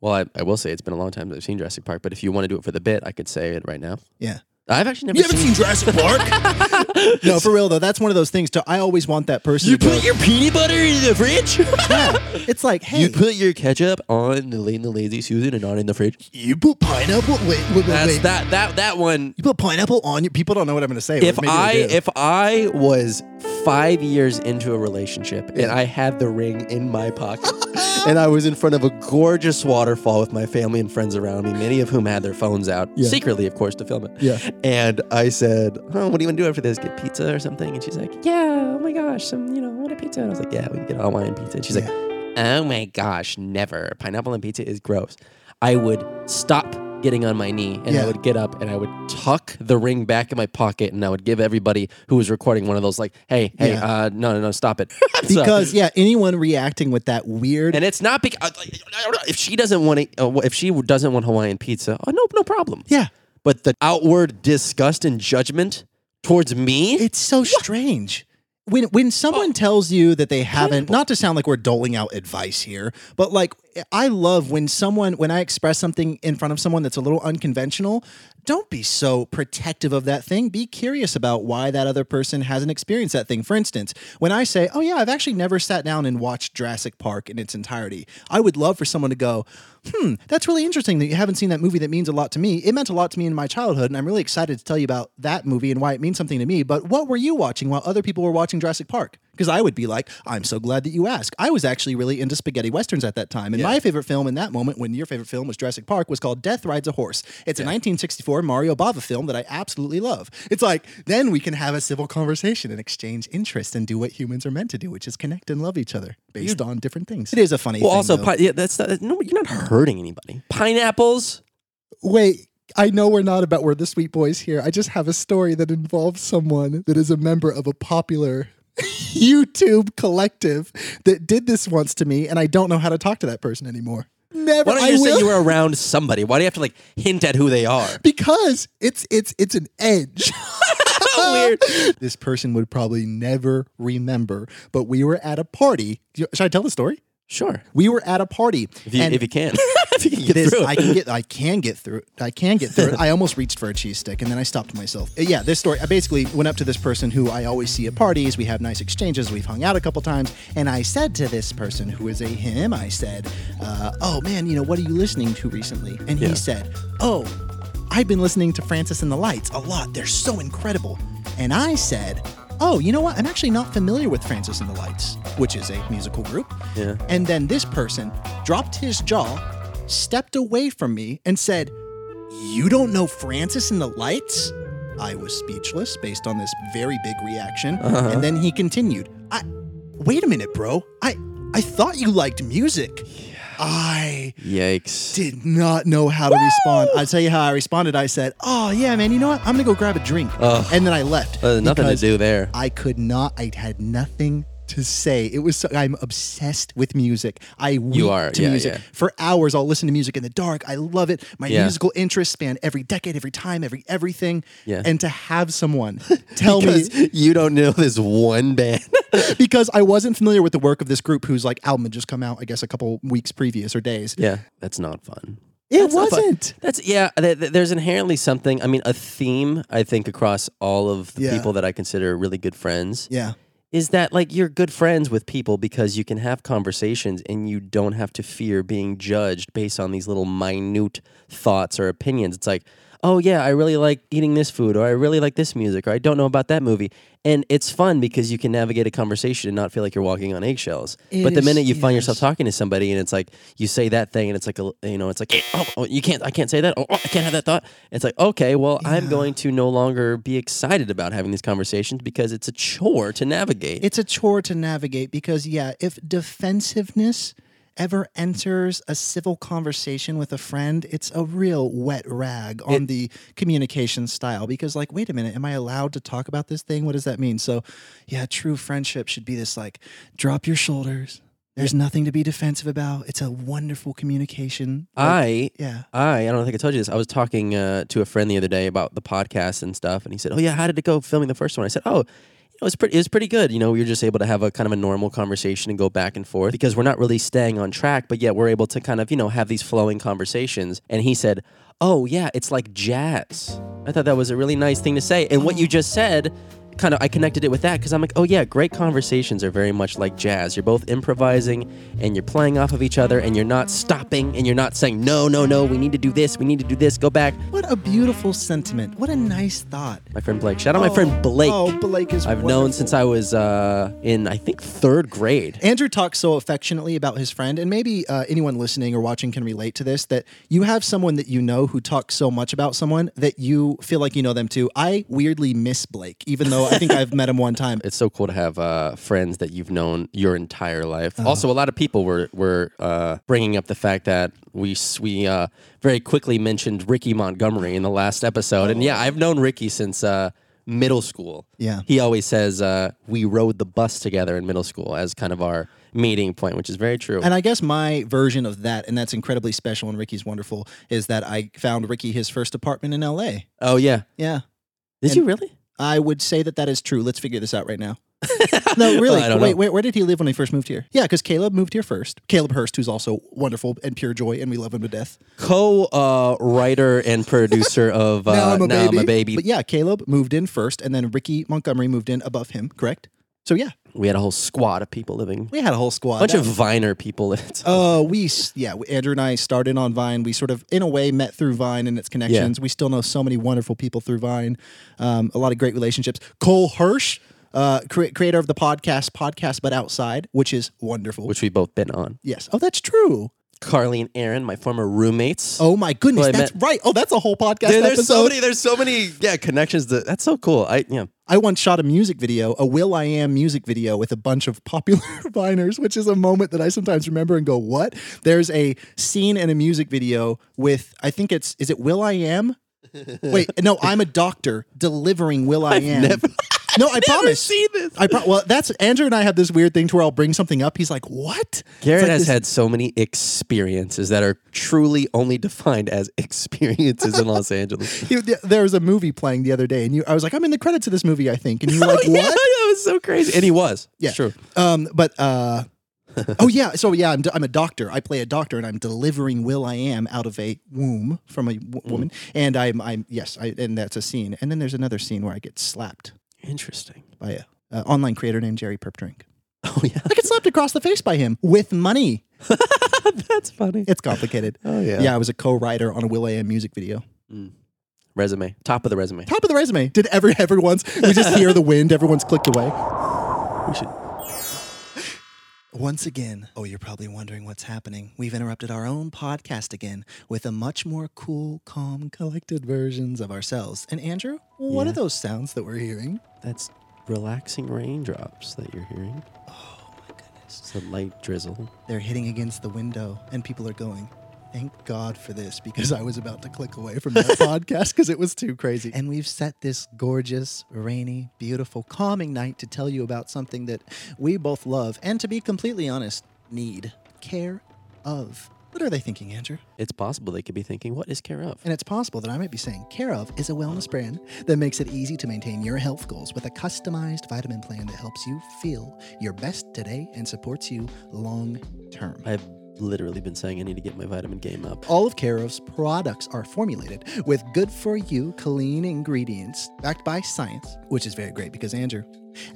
[SPEAKER 2] Well, I, I will say it's been a long time since I've seen Jurassic Park, but if you want to do it for the bit, I could say it right now.
[SPEAKER 3] Yeah.
[SPEAKER 2] I've actually never
[SPEAKER 3] You haven't seen Jurassic Park? no, for real though. That's one of those things. To, I always want that person. to go,
[SPEAKER 2] your peanut butter in the fridge?
[SPEAKER 3] yeah. It's like, hey,
[SPEAKER 2] you put your ketchup on the Lane the Lazy Susan and not in the fridge?
[SPEAKER 3] you put pineapple. Wait, wait, wait,
[SPEAKER 2] That's
[SPEAKER 3] wait.
[SPEAKER 2] that that that one.
[SPEAKER 3] You put pineapple on your. People don't know what I'm going to say.
[SPEAKER 2] If
[SPEAKER 3] but maybe they
[SPEAKER 2] I
[SPEAKER 3] do.
[SPEAKER 2] if I was five years into a relationship and I had the ring in my pocket and I was in front of a gorgeous waterfall with my family and friends around me, many of whom had their phones out secretly, of course, to film it.
[SPEAKER 3] Yeah.
[SPEAKER 2] And I said, "Oh, what do you want to do after this? Get pizza or something?" And she's like, "Yeah, oh my gosh, some you know, I want a pizza." And I was like, "Yeah, we can get all wine pizza." And she's like, "Oh my gosh, never! Pineapple and pizza is gross." I would stop getting on my knee and
[SPEAKER 3] Yeah.
[SPEAKER 2] I would get up and I would tuck the ring back in my pocket and I would give everybody who was recording one of those like, "Hey, hey,
[SPEAKER 3] Yeah.
[SPEAKER 2] uh, no, no, no, stop it!" So-
[SPEAKER 3] because yeah, anyone reacting with that weird.
[SPEAKER 2] and it's not uh, because if she doesn't want to, uh, if she doesn't want Hawaiian pizza, oh no, no problem.
[SPEAKER 3] yeah,
[SPEAKER 2] But the outward disgust and judgment towards me,
[SPEAKER 3] it's so strange. When when someone tells you that they haven't, not to sound like we're doling out advice here, but like I love when someone when I express something in front of someone that's a little unconventional, don't be so protective of that thing. Be curious about why that other person hasn't experienced that thing. For instance, when I say, "Oh yeah, I've actually never sat down and watched Jurassic Park in its entirety," I would love for someone to go, "Hmm, that's really interesting that you haven't seen that movie. That means a lot to me. It meant a lot to me in my childhood, and I'm really excited to tell you about that movie and why it means something to me. But what were you watching while other people were watching Jurassic Park?" Because I would be like, I'm so glad that you asked. I was actually really into spaghetti westerns at that time. And my favorite film in that moment, when your favorite film was Jurassic Park, was called Death Rides a Horse. It's a 1964 Mario Bava film that I absolutely love. It's like, then we can have a civil conversation and exchange interest and do what humans are meant to do, which is connect and love each other based on different things. It is a funny
[SPEAKER 2] well,
[SPEAKER 3] thing.
[SPEAKER 2] also,
[SPEAKER 3] though.
[SPEAKER 2] pi- yeah, that's not, no, you're not hurting anybody. Pineapples,
[SPEAKER 4] Wait, I know we're not about we're the sweet boys here. I just have a story that involves someone that is a member of a popular YouTube collective that did this once to me, and I don't know how to talk to that person anymore. Never.
[SPEAKER 2] Why don't
[SPEAKER 4] I
[SPEAKER 2] you just
[SPEAKER 4] will-
[SPEAKER 2] say you were around somebody? Why do you have to like hint at who they are?
[SPEAKER 4] because it's it's it's an edge.
[SPEAKER 2] Weird.
[SPEAKER 3] this person would probably never remember, but we were at a party. Should I tell the story?
[SPEAKER 2] Sure,
[SPEAKER 3] We were at a party.
[SPEAKER 2] if you,
[SPEAKER 3] and-
[SPEAKER 2] if you can, if you can get
[SPEAKER 3] this
[SPEAKER 2] through it.
[SPEAKER 3] I can get I can get through it. I can get through it. I almost reached for a cheese stick and then I stopped myself. Uh, Yeah, this story. I basically went up to this person who I always see at parties. We have nice exchanges. We've hung out a couple times, and I said to this person who is a him, I said, uh, "Oh man, you know what are you listening to recently?" And he said, "Oh, I've been listening to Francis and the Lights a lot. They're so incredible." And I said. Oh, you know what? I'm actually not familiar with Francis and the Lights, which is a musical group.
[SPEAKER 2] Yeah.
[SPEAKER 3] And then this person dropped his jaw, stepped away from me and said, You don't know Francis and the Lights? I was speechless based on this very big reaction.
[SPEAKER 2] Uh-huh.
[SPEAKER 3] And then he continued, I wait a minute, bro. I I thought you liked music. I
[SPEAKER 2] Yikes.
[SPEAKER 3] did not know how to respond. I'll tell you how I responded. I said, Oh yeah, man, you know what? I'm gonna go grab a drink. and then I left.
[SPEAKER 2] Uh, nothing to
[SPEAKER 3] because
[SPEAKER 2] do there.
[SPEAKER 3] I could not. I had nothing to say. It was. So, I'm obsessed with music. I weep
[SPEAKER 2] are,
[SPEAKER 3] to
[SPEAKER 2] yeah,
[SPEAKER 3] music
[SPEAKER 2] yeah.
[SPEAKER 3] for hours. I'll listen to music in the dark. I love it. My
[SPEAKER 2] Yeah.
[SPEAKER 3] musical interests span every decade, every time, every everything.
[SPEAKER 2] Yeah.
[SPEAKER 3] And to have someone tell me
[SPEAKER 2] Because you don't know this one band.
[SPEAKER 3] because I wasn't familiar with the work of this group whose like album had just come out, I guess a couple weeks previous or days.
[SPEAKER 2] yeah, that's not fun.
[SPEAKER 4] It
[SPEAKER 2] not fun.
[SPEAKER 4] wasn't.
[SPEAKER 2] That's yeah. Th- th- there's inherently something. I mean, a theme I think across all of the
[SPEAKER 3] Yeah.
[SPEAKER 2] people that I consider really good friends
[SPEAKER 3] Yeah.
[SPEAKER 2] is that like you're good friends with people because you can have conversations and you don't have to fear being judged based on these little minute thoughts or opinions. It's like, oh yeah, I really like eating this food, or I really like this music, or I don't know about that movie, and it's fun because you can navigate a conversation and not feel like you're walking on eggshells. but the
[SPEAKER 3] is-
[SPEAKER 2] minute you find
[SPEAKER 3] yes.
[SPEAKER 2] yourself talking to somebody and it's like you say that thing and it's like a, you know it's like eh, oh, oh you can't I can't say that oh, oh, I can't have that thought. It's like okay, well I'm going to no longer be excited about having these conversations because it's a chore to navigate.
[SPEAKER 3] It's a chore to navigate because yeah, if defensiveness ever enters a civil conversation with a friend, it's a real wet rag on the communication style because, like, wait a minute, am I allowed to talk about this thing? What does that mean? So, yeah, true friendship should be this like, drop your shoulders. There's nothing to be defensive about. It's a wonderful communication.
[SPEAKER 2] Uh,
[SPEAKER 3] Like,
[SPEAKER 2] I
[SPEAKER 3] yeah.
[SPEAKER 2] I, I don't think I told you this. I was talking uh, to a friend the other day about the podcast and stuff, and he said, "Oh yeah, how did it go filming the first one?" I said, "Oh, it was pretty. It was pretty good. You know, we were just able to have a kind of a normal conversation and go back and forth because we're not really staying on track, but yet we're able to kind of you know have these flowing conversations." And he said, "Oh yeah, it's like jazz." I thought that was a really nice thing to say, and what you just said. Kind of, I connected it with that because I'm like, oh yeah, great conversations are very much like jazz. You're both improvising and you're playing off of each other, and you're not stopping and you're not saying no, no, no. We need to do this. We need to do this. Go back.
[SPEAKER 3] What a beautiful sentiment. What a nice thought.
[SPEAKER 2] My friend Blake. Shout out my friend Blake.
[SPEAKER 3] Oh, Blake is
[SPEAKER 2] I've known since I was uh, in, I think, third grade.
[SPEAKER 3] Andrew talks so affectionately about his friend, and maybe uh, anyone listening or watching can relate to this that you have someone that you know who talks so much about someone that you feel like you know them too. I weirdly miss Blake, even though I think I've met him one time.
[SPEAKER 2] It's so cool to have uh, friends that you've known your entire life.
[SPEAKER 4] Uh-huh.
[SPEAKER 2] Also, a lot of people were were uh, bringing up the fact that we s- we uh, very quickly mentioned Ricky Montgomery in the last episode, and yeah, I've known Ricky since. Uh, Middle school.
[SPEAKER 3] Yeah.
[SPEAKER 2] He always says, uh, we rode the bus together in middle school as kind of our meeting point, which is very true.
[SPEAKER 3] And I guess my version of that, and that's incredibly special and Ricky's wonderful, is that I found Ricky his first apartment in LA.
[SPEAKER 2] oh, yeah.
[SPEAKER 3] Yeah.
[SPEAKER 2] Did you really?
[SPEAKER 3] I would say that that is true. Let's figure this out right now. no, really.
[SPEAKER 2] I don't
[SPEAKER 3] wait,
[SPEAKER 2] know.
[SPEAKER 3] wait, where did he live when he first moved here? Yeah, because Caleb moved here first. Caleb Hurst, who's also wonderful and pure joy, and we love him to death.
[SPEAKER 2] co uh, writer and producer of uh,
[SPEAKER 4] Now I'm a Baby.
[SPEAKER 3] But yeah, Caleb moved in first, and then Ricky Montgomery moved in above him. Correct. So yeah,
[SPEAKER 2] We had a whole squad of people living,
[SPEAKER 3] we had a whole squad.
[SPEAKER 2] a bunch
[SPEAKER 3] That
[SPEAKER 2] of
[SPEAKER 3] was-
[SPEAKER 2] Viner people. It's-
[SPEAKER 4] Oh.
[SPEAKER 3] Uh, we s- yeah, we- Andrew and I started on Vine. We sort of, in a way, met through Vine and its connections. We still know so many wonderful people through Vine. Um, a lot of great relationships. Cole Hirsch, uh, cre- creator of the podcast Podcast But Outside, which is wonderful.
[SPEAKER 2] which we've both been on.
[SPEAKER 3] yes, oh, that's true.
[SPEAKER 2] Carly and Aaron, my former roommates.
[SPEAKER 3] Oh my goodness,
[SPEAKER 2] Well, I
[SPEAKER 3] that's right. Oh, that's a whole podcast
[SPEAKER 2] Dude,
[SPEAKER 3] episode.
[SPEAKER 2] there's so many. There's so many. Yeah, connections. That that's so cool. I yeah.
[SPEAKER 3] I once shot a music video, a Will I Am music video with a bunch of popular Viners, which is a moment that I sometimes remember and go, what? There's a scene in a music video with, I think it's, is it Will I Am? Wait, no, I'm a doctor delivering Will I Am. no, I promise.
[SPEAKER 2] seen this.
[SPEAKER 3] I pro- well, that's Andrew and I have this weird thing to where I'll bring something up. He's like, "What?" It's
[SPEAKER 2] Garrett
[SPEAKER 3] like
[SPEAKER 2] has
[SPEAKER 3] this-
[SPEAKER 2] had so many experiences that are truly only defined as experiences in Los Angeles.
[SPEAKER 3] He, there was a movie playing the other day, and you, I was like, "I'm in the credits of this movie, I think." And you're like,
[SPEAKER 2] Oh, Yeah,
[SPEAKER 3] "What?"
[SPEAKER 2] that was so crazy. And he was. It's true.
[SPEAKER 3] Um, but uh, oh yeah, so yeah, I'm, I'm a doctor. I play a doctor, and I'm delivering Will I Am out of a womb from a w-
[SPEAKER 2] Mm.
[SPEAKER 3] woman, and I'm I'm yes, I, and that's a scene. And then there's another scene where I get slapped
[SPEAKER 2] Interesting.
[SPEAKER 3] by a uh, online creator named Jerry Perpdrink.
[SPEAKER 2] Oh yeah,
[SPEAKER 3] I get slapped across the face by him with money.
[SPEAKER 2] that's funny.
[SPEAKER 3] It's complicated.
[SPEAKER 2] Oh yeah.
[SPEAKER 3] yeah, I was a co-writer on a Will I Am music video.
[SPEAKER 2] Resume. Top of the resume.
[SPEAKER 3] Top of the resume. Did every everyone's? We just hear the wind. Everyone's clicked away.
[SPEAKER 2] We should.
[SPEAKER 3] Once again, oh, you're probably wondering what's happening. We've interrupted our own podcast again with a much more cool, calm, collected versions of ourselves. And Andrew, what are those sounds that we're hearing?
[SPEAKER 2] That's relaxing raindrops that you're hearing.
[SPEAKER 3] Oh my goodness.
[SPEAKER 2] It's a light drizzle.
[SPEAKER 3] They're hitting against the window, and people are going, thank God for this, because I was about to click away from that podcast because it was too crazy. And we've set this gorgeous, rainy, beautiful, calming night to tell you about something that we both love and, to be completely honest, need care of. What are they thinking, Andrew?
[SPEAKER 2] It's possible they could be thinking, what is care of?
[SPEAKER 3] And it's possible that I might be saying Care of is a wellness brand that makes it easy to maintain your health goals with a customized vitamin plan that helps you feel your best today and supports you long term.
[SPEAKER 2] I've literally been saying I need to get my vitamin game up.
[SPEAKER 3] All of Care of's products are formulated with good for you, clean ingredients backed by science, which is very great because, Andrew,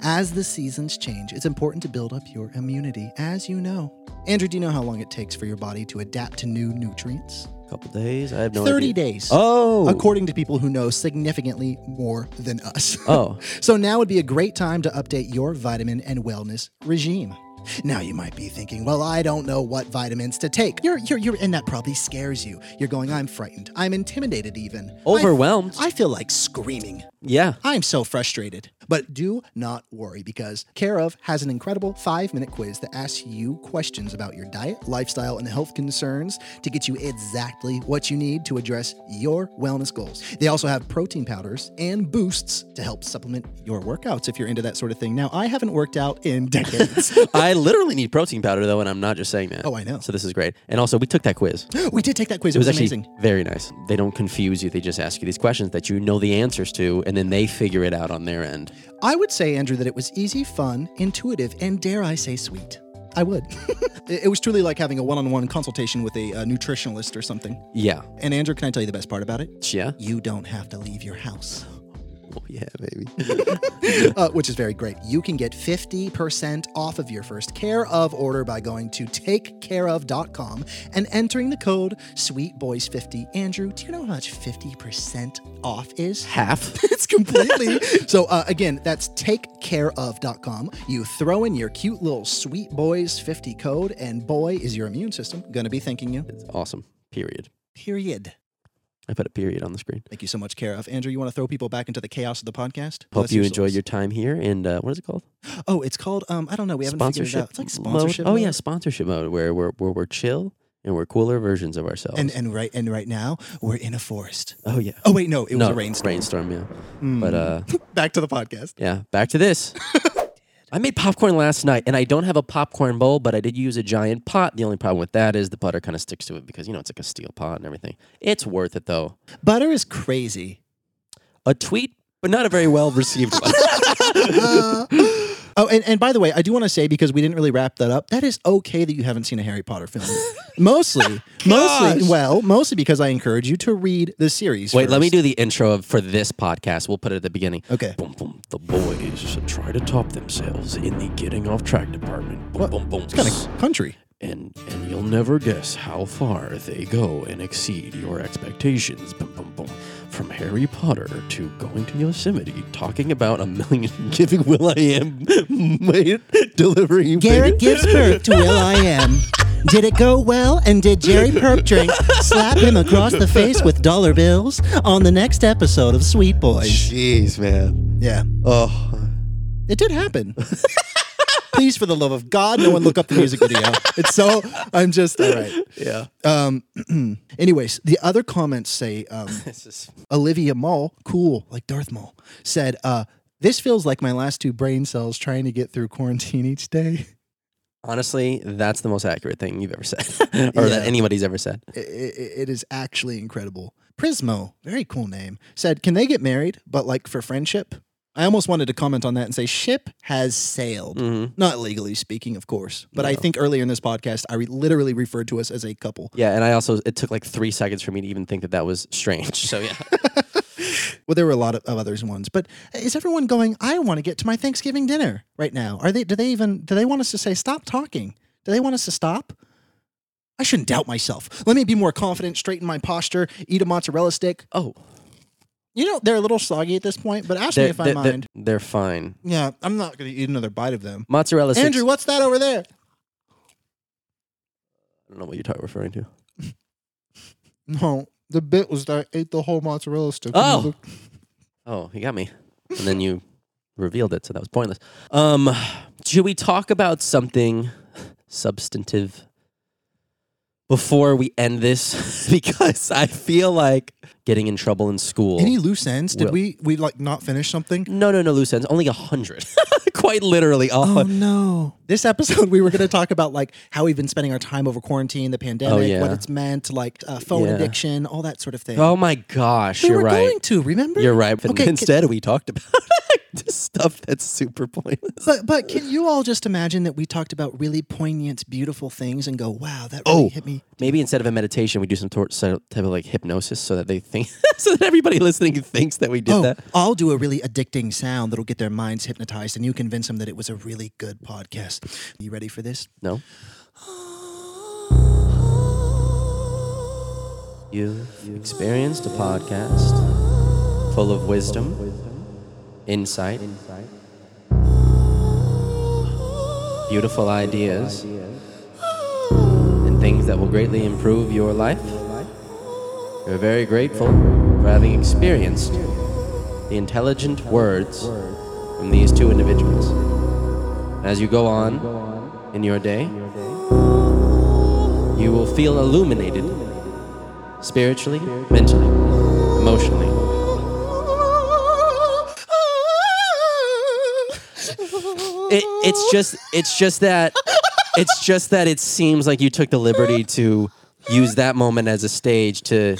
[SPEAKER 3] as the seasons change, it's important to build up your immunity, as you know. Andrew, do you know how long it takes for your body to adapt to new nutrients?
[SPEAKER 2] A couple days. I have no
[SPEAKER 3] 30
[SPEAKER 2] idea.
[SPEAKER 3] days.
[SPEAKER 2] Oh.
[SPEAKER 3] according to people who know significantly more than us.
[SPEAKER 2] Oh.
[SPEAKER 3] so now would be a great time to update your vitamin and wellness regime. Now you might be thinking, well, I don't know what vitamins to take. You're, you're, you're, and that probably scares you. You're going, I'm frightened. I'm intimidated, even. I-
[SPEAKER 2] Overwhelmed.
[SPEAKER 3] I feel like screaming.
[SPEAKER 2] Yeah.
[SPEAKER 3] I'm so frustrated. But do not worry because Care of has an incredible five minute quiz that asks you questions about your diet, lifestyle, and health concerns to get you exactly what you need to address your wellness goals. They also have protein powders and boosts to help supplement your workouts if you're into that sort of thing. Now, I haven't worked out in decades.
[SPEAKER 2] I literally need protein powder though, and I'm not just saying that.
[SPEAKER 3] Oh, I know.
[SPEAKER 2] So this is great. And also, we took that quiz. It
[SPEAKER 3] we did take that quiz, it
[SPEAKER 2] was
[SPEAKER 3] was,
[SPEAKER 2] actually
[SPEAKER 3] amazing.
[SPEAKER 2] very nice. They don't confuse you. They just ask you these questions that you know the answers to, and then they figure it out on their end.
[SPEAKER 3] I would say, Andrew, that it was easy, fun, intuitive, and dare I say, sweet. I would. it it was truly like having a one on one consultation with a, uh nutritionalist or something.
[SPEAKER 2] Yeah.
[SPEAKER 3] And, Andrew, can I tell you the best part about it?
[SPEAKER 2] Yeah.
[SPEAKER 3] You don't have to leave your house,
[SPEAKER 2] Oh, yeah, baby.
[SPEAKER 3] uh, which is very great. You can get 50% off of your first Care of order by going to takecareof.com and entering the code SweetBoys50. Andrew, do you know how much 50% off is?
[SPEAKER 2] Half.
[SPEAKER 3] it's completely so uh, again that's takecareof.com you throw in your cute little sweet boys 50 code and boy is your immune system gonna be thanking you
[SPEAKER 2] It's awesome. Period.
[SPEAKER 3] period
[SPEAKER 2] I put a period on the screen.
[SPEAKER 3] thank you so much care of andrew you want to throw people back into the chaos of the podcast
[SPEAKER 2] Hope
[SPEAKER 3] Bless
[SPEAKER 2] you
[SPEAKER 3] your
[SPEAKER 2] enjoy
[SPEAKER 3] souls.
[SPEAKER 2] your time here. And uh, what is it called?
[SPEAKER 3] oh it's called um i don't know we haven't figured it out it's like
[SPEAKER 2] mode?
[SPEAKER 3] sponsorship
[SPEAKER 2] Oh
[SPEAKER 3] mode.
[SPEAKER 2] yeah, sponsorship mode where we're where we're chill and we're cooler versions of ourselves.
[SPEAKER 3] and and right and right now we're in a forest
[SPEAKER 2] oh yeah.
[SPEAKER 3] oh wait no it was
[SPEAKER 2] no,
[SPEAKER 3] a rainstorm Hmm.
[SPEAKER 2] Rainstorm, yeah. But uh
[SPEAKER 3] back to the podcast
[SPEAKER 2] yeah, back to this. I made popcorn last night and I don't have a popcorn bowl, but I did use a giant pot. The only problem with that is the butter kind of sticks to it because you know it's like a steel pot and everything. It's worth it though.
[SPEAKER 3] butter is crazy
[SPEAKER 2] A tweet, but not a very well received one.
[SPEAKER 3] Oh, and, and by the way, I do want to say because we didn't really wrap that up, that is okay that you haven't seen a Harry Potter film. mostly, mostly, well, mostly because I encourage you to read the series.
[SPEAKER 2] Wait, let me
[SPEAKER 3] first.
[SPEAKER 2] do the intro of, for this podcast. We'll put it at the beginning.
[SPEAKER 3] Okay.
[SPEAKER 2] Boom, boom. The boys try to top themselves in the getting off track department. Boom, boom, boom.
[SPEAKER 3] It's kind of country.
[SPEAKER 2] and and you'll never guess how far they go and exceed your expectations. Boom, boom, boom. From Harry Potter to going to Yosemite, talking about a million, giving Will I Am delivery.
[SPEAKER 3] Garrett gives birth to Will I Am. Did it go well? And did Jerry Perp drink slap him across the face with dollar bills on the next episode of Sweet Boys?
[SPEAKER 1] Jeez, man.
[SPEAKER 3] Yeah,
[SPEAKER 1] Oh,
[SPEAKER 3] it did happen. Please, for the love of God, no one look up the music video. It's so I'm just all right.
[SPEAKER 1] yeah.
[SPEAKER 3] Um, anyways, the other comments say um, Olivia Mull, cool, like Darth Maul, said, uh, This feels like my last two brain cells trying to get through quarantine each day.
[SPEAKER 2] Honestly, that's the most accurate thing you've ever said, or that
[SPEAKER 3] Yeah.
[SPEAKER 2] anybody's ever said.
[SPEAKER 3] I- I- it is actually incredible. Prismo, very cool name, said, Can they get married, but like for friendship? I almost wanted to comment on that and say, Ship has sailed.
[SPEAKER 2] Mm-hmm.
[SPEAKER 3] Not legally speaking, of course, but I think earlier in this podcast, I re- literally referred to us as a couple.
[SPEAKER 2] Yeah, and I also it took like three seconds for me to even think that that was strange. So yeah,
[SPEAKER 3] Well, there were a lot of, of others ones, but uh, is everyone going? I want to get to my Thanksgiving dinner right now. Are they? Do they even? Do they want us to say stop talking? Do they want us to stop? I shouldn't doubt myself. Let me be more confident, straighten my posture, eat a mozzarella stick.
[SPEAKER 2] oh,
[SPEAKER 3] You know they're a little soggy at this point, but ask me if I
[SPEAKER 2] they're,
[SPEAKER 3] mind.
[SPEAKER 2] they're fine.
[SPEAKER 3] yeah, I'm not going to eat another bite of them.
[SPEAKER 2] Mozzarella sticks.
[SPEAKER 3] Andrew, what's that over there?
[SPEAKER 2] I don't know what you're talking- referring to.
[SPEAKER 4] No, the bit was that I ate the whole mozzarella stick.
[SPEAKER 2] Oh. Oh, he got me. And then you revealed it, so that was pointless. Um, should we talk about something substantive before we end this? because I feel like getting in trouble in school.
[SPEAKER 3] Any loose ends? Did
[SPEAKER 2] Well-
[SPEAKER 3] we we like not finish something?
[SPEAKER 4] Oh,
[SPEAKER 2] no, no, no, loose ends. Only a hundred. Quite literally. a
[SPEAKER 3] Oh.
[SPEAKER 2] hun-
[SPEAKER 3] no. This episode, we were going to talk about like how we've been spending our time over quarantine, the pandemic,
[SPEAKER 2] Oh, yeah.
[SPEAKER 3] what it's meant, like uh, phone
[SPEAKER 2] Yeah.
[SPEAKER 3] addiction, all that sort of thing.
[SPEAKER 2] Oh my gosh,
[SPEAKER 3] we
[SPEAKER 2] you're
[SPEAKER 3] were
[SPEAKER 2] right.
[SPEAKER 3] going to, remember?
[SPEAKER 2] You're right. But
[SPEAKER 3] Okay,
[SPEAKER 2] instead, we talked about stuff that's super pointless.
[SPEAKER 3] But, but can you all just imagine that we talked about really poignant, beautiful things and go, wow, that
[SPEAKER 2] Oh.
[SPEAKER 3] really hit me?
[SPEAKER 2] Maybe instead of a meditation, we do some tor- sort of type of like hypnosis so that they think, so that everybody listening thinks that we did
[SPEAKER 3] oh,
[SPEAKER 2] that.
[SPEAKER 3] I'll do a really addicting sound that'll get their minds hypnotized and you convince them that it was a really good podcast. You ready for this?
[SPEAKER 2] No. You experienced a podcast full of wisdom, insight, beautiful ideas, and things that will greatly improve your life. We're very grateful for having experienced the intelligent words from these two individuals. As you go on in your day, you will feel illuminated spiritually, mentally, emotionally. It, it's just it's just that it's just that it seems like you took the liberty to use that moment as a stage to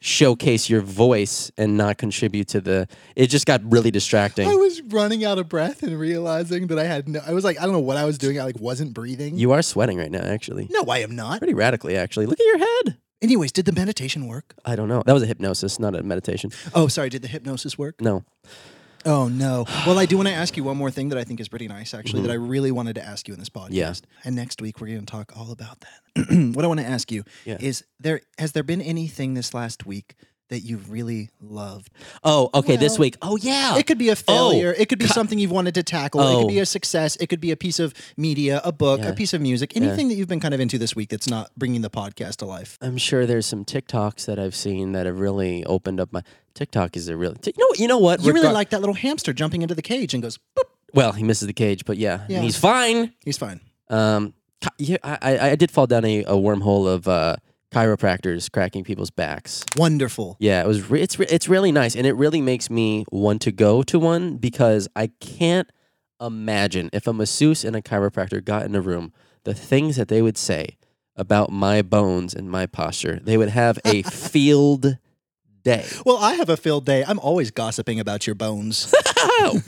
[SPEAKER 2] showcase your voice and not contribute to the it just got really distracting.
[SPEAKER 4] I was running out of breath and realizing that I had no. I was like, I don't know what I was doing. I like wasn't breathing.
[SPEAKER 2] You are sweating right now, actually.
[SPEAKER 3] No, I am not.
[SPEAKER 2] Pretty radically, actually. Look at your head.
[SPEAKER 3] Anyways, did the meditation work?
[SPEAKER 2] I don't know. That was a hypnosis, not a meditation.
[SPEAKER 3] Oh, sorry. Did the hypnosis work?
[SPEAKER 2] No.
[SPEAKER 3] Oh no. Well, I do want to ask you one more thing that I think is pretty nice, actually, that I really wanted to ask you in this podcast.
[SPEAKER 2] Mm-hmm. Yeah.
[SPEAKER 3] And next week we're going to talk all about that. what I want to ask you
[SPEAKER 2] Yeah.
[SPEAKER 3] is there has there been anything this last week that you really loved?
[SPEAKER 2] Oh, okay. this week. Oh yeah.
[SPEAKER 3] It could be a failure. it could be something you've wanted to tackle. It
[SPEAKER 2] Oh.
[SPEAKER 3] could be a success. It could be a piece of media, a book,
[SPEAKER 2] Yeah.
[SPEAKER 3] a piece of music, anything that you've been kind of into this week that's not bringing the podcast to life.
[SPEAKER 2] I'm sure there's some TikToks that I've seen that have really opened up my TikTok is a real you know you know what
[SPEAKER 3] You really
[SPEAKER 2] Regar-
[SPEAKER 3] like that little hamster jumping into the cage and goes, boop.
[SPEAKER 2] well he misses the cage but yeah,
[SPEAKER 3] Yeah.
[SPEAKER 2] And he's fine
[SPEAKER 3] He's fine.
[SPEAKER 2] um chi- yeah I I, I did fall down a, a wormhole of uh, chiropractors cracking people's backs
[SPEAKER 3] Wonderful.
[SPEAKER 2] yeah it was re- it's re- it's really nice and it really makes me want to go to one because I can't imagine if a masseuse and a chiropractor got in a room the things that they would say about my bones and my posture they would have a field day
[SPEAKER 3] Well, I have a filled day. I'm always gossiping about your bones.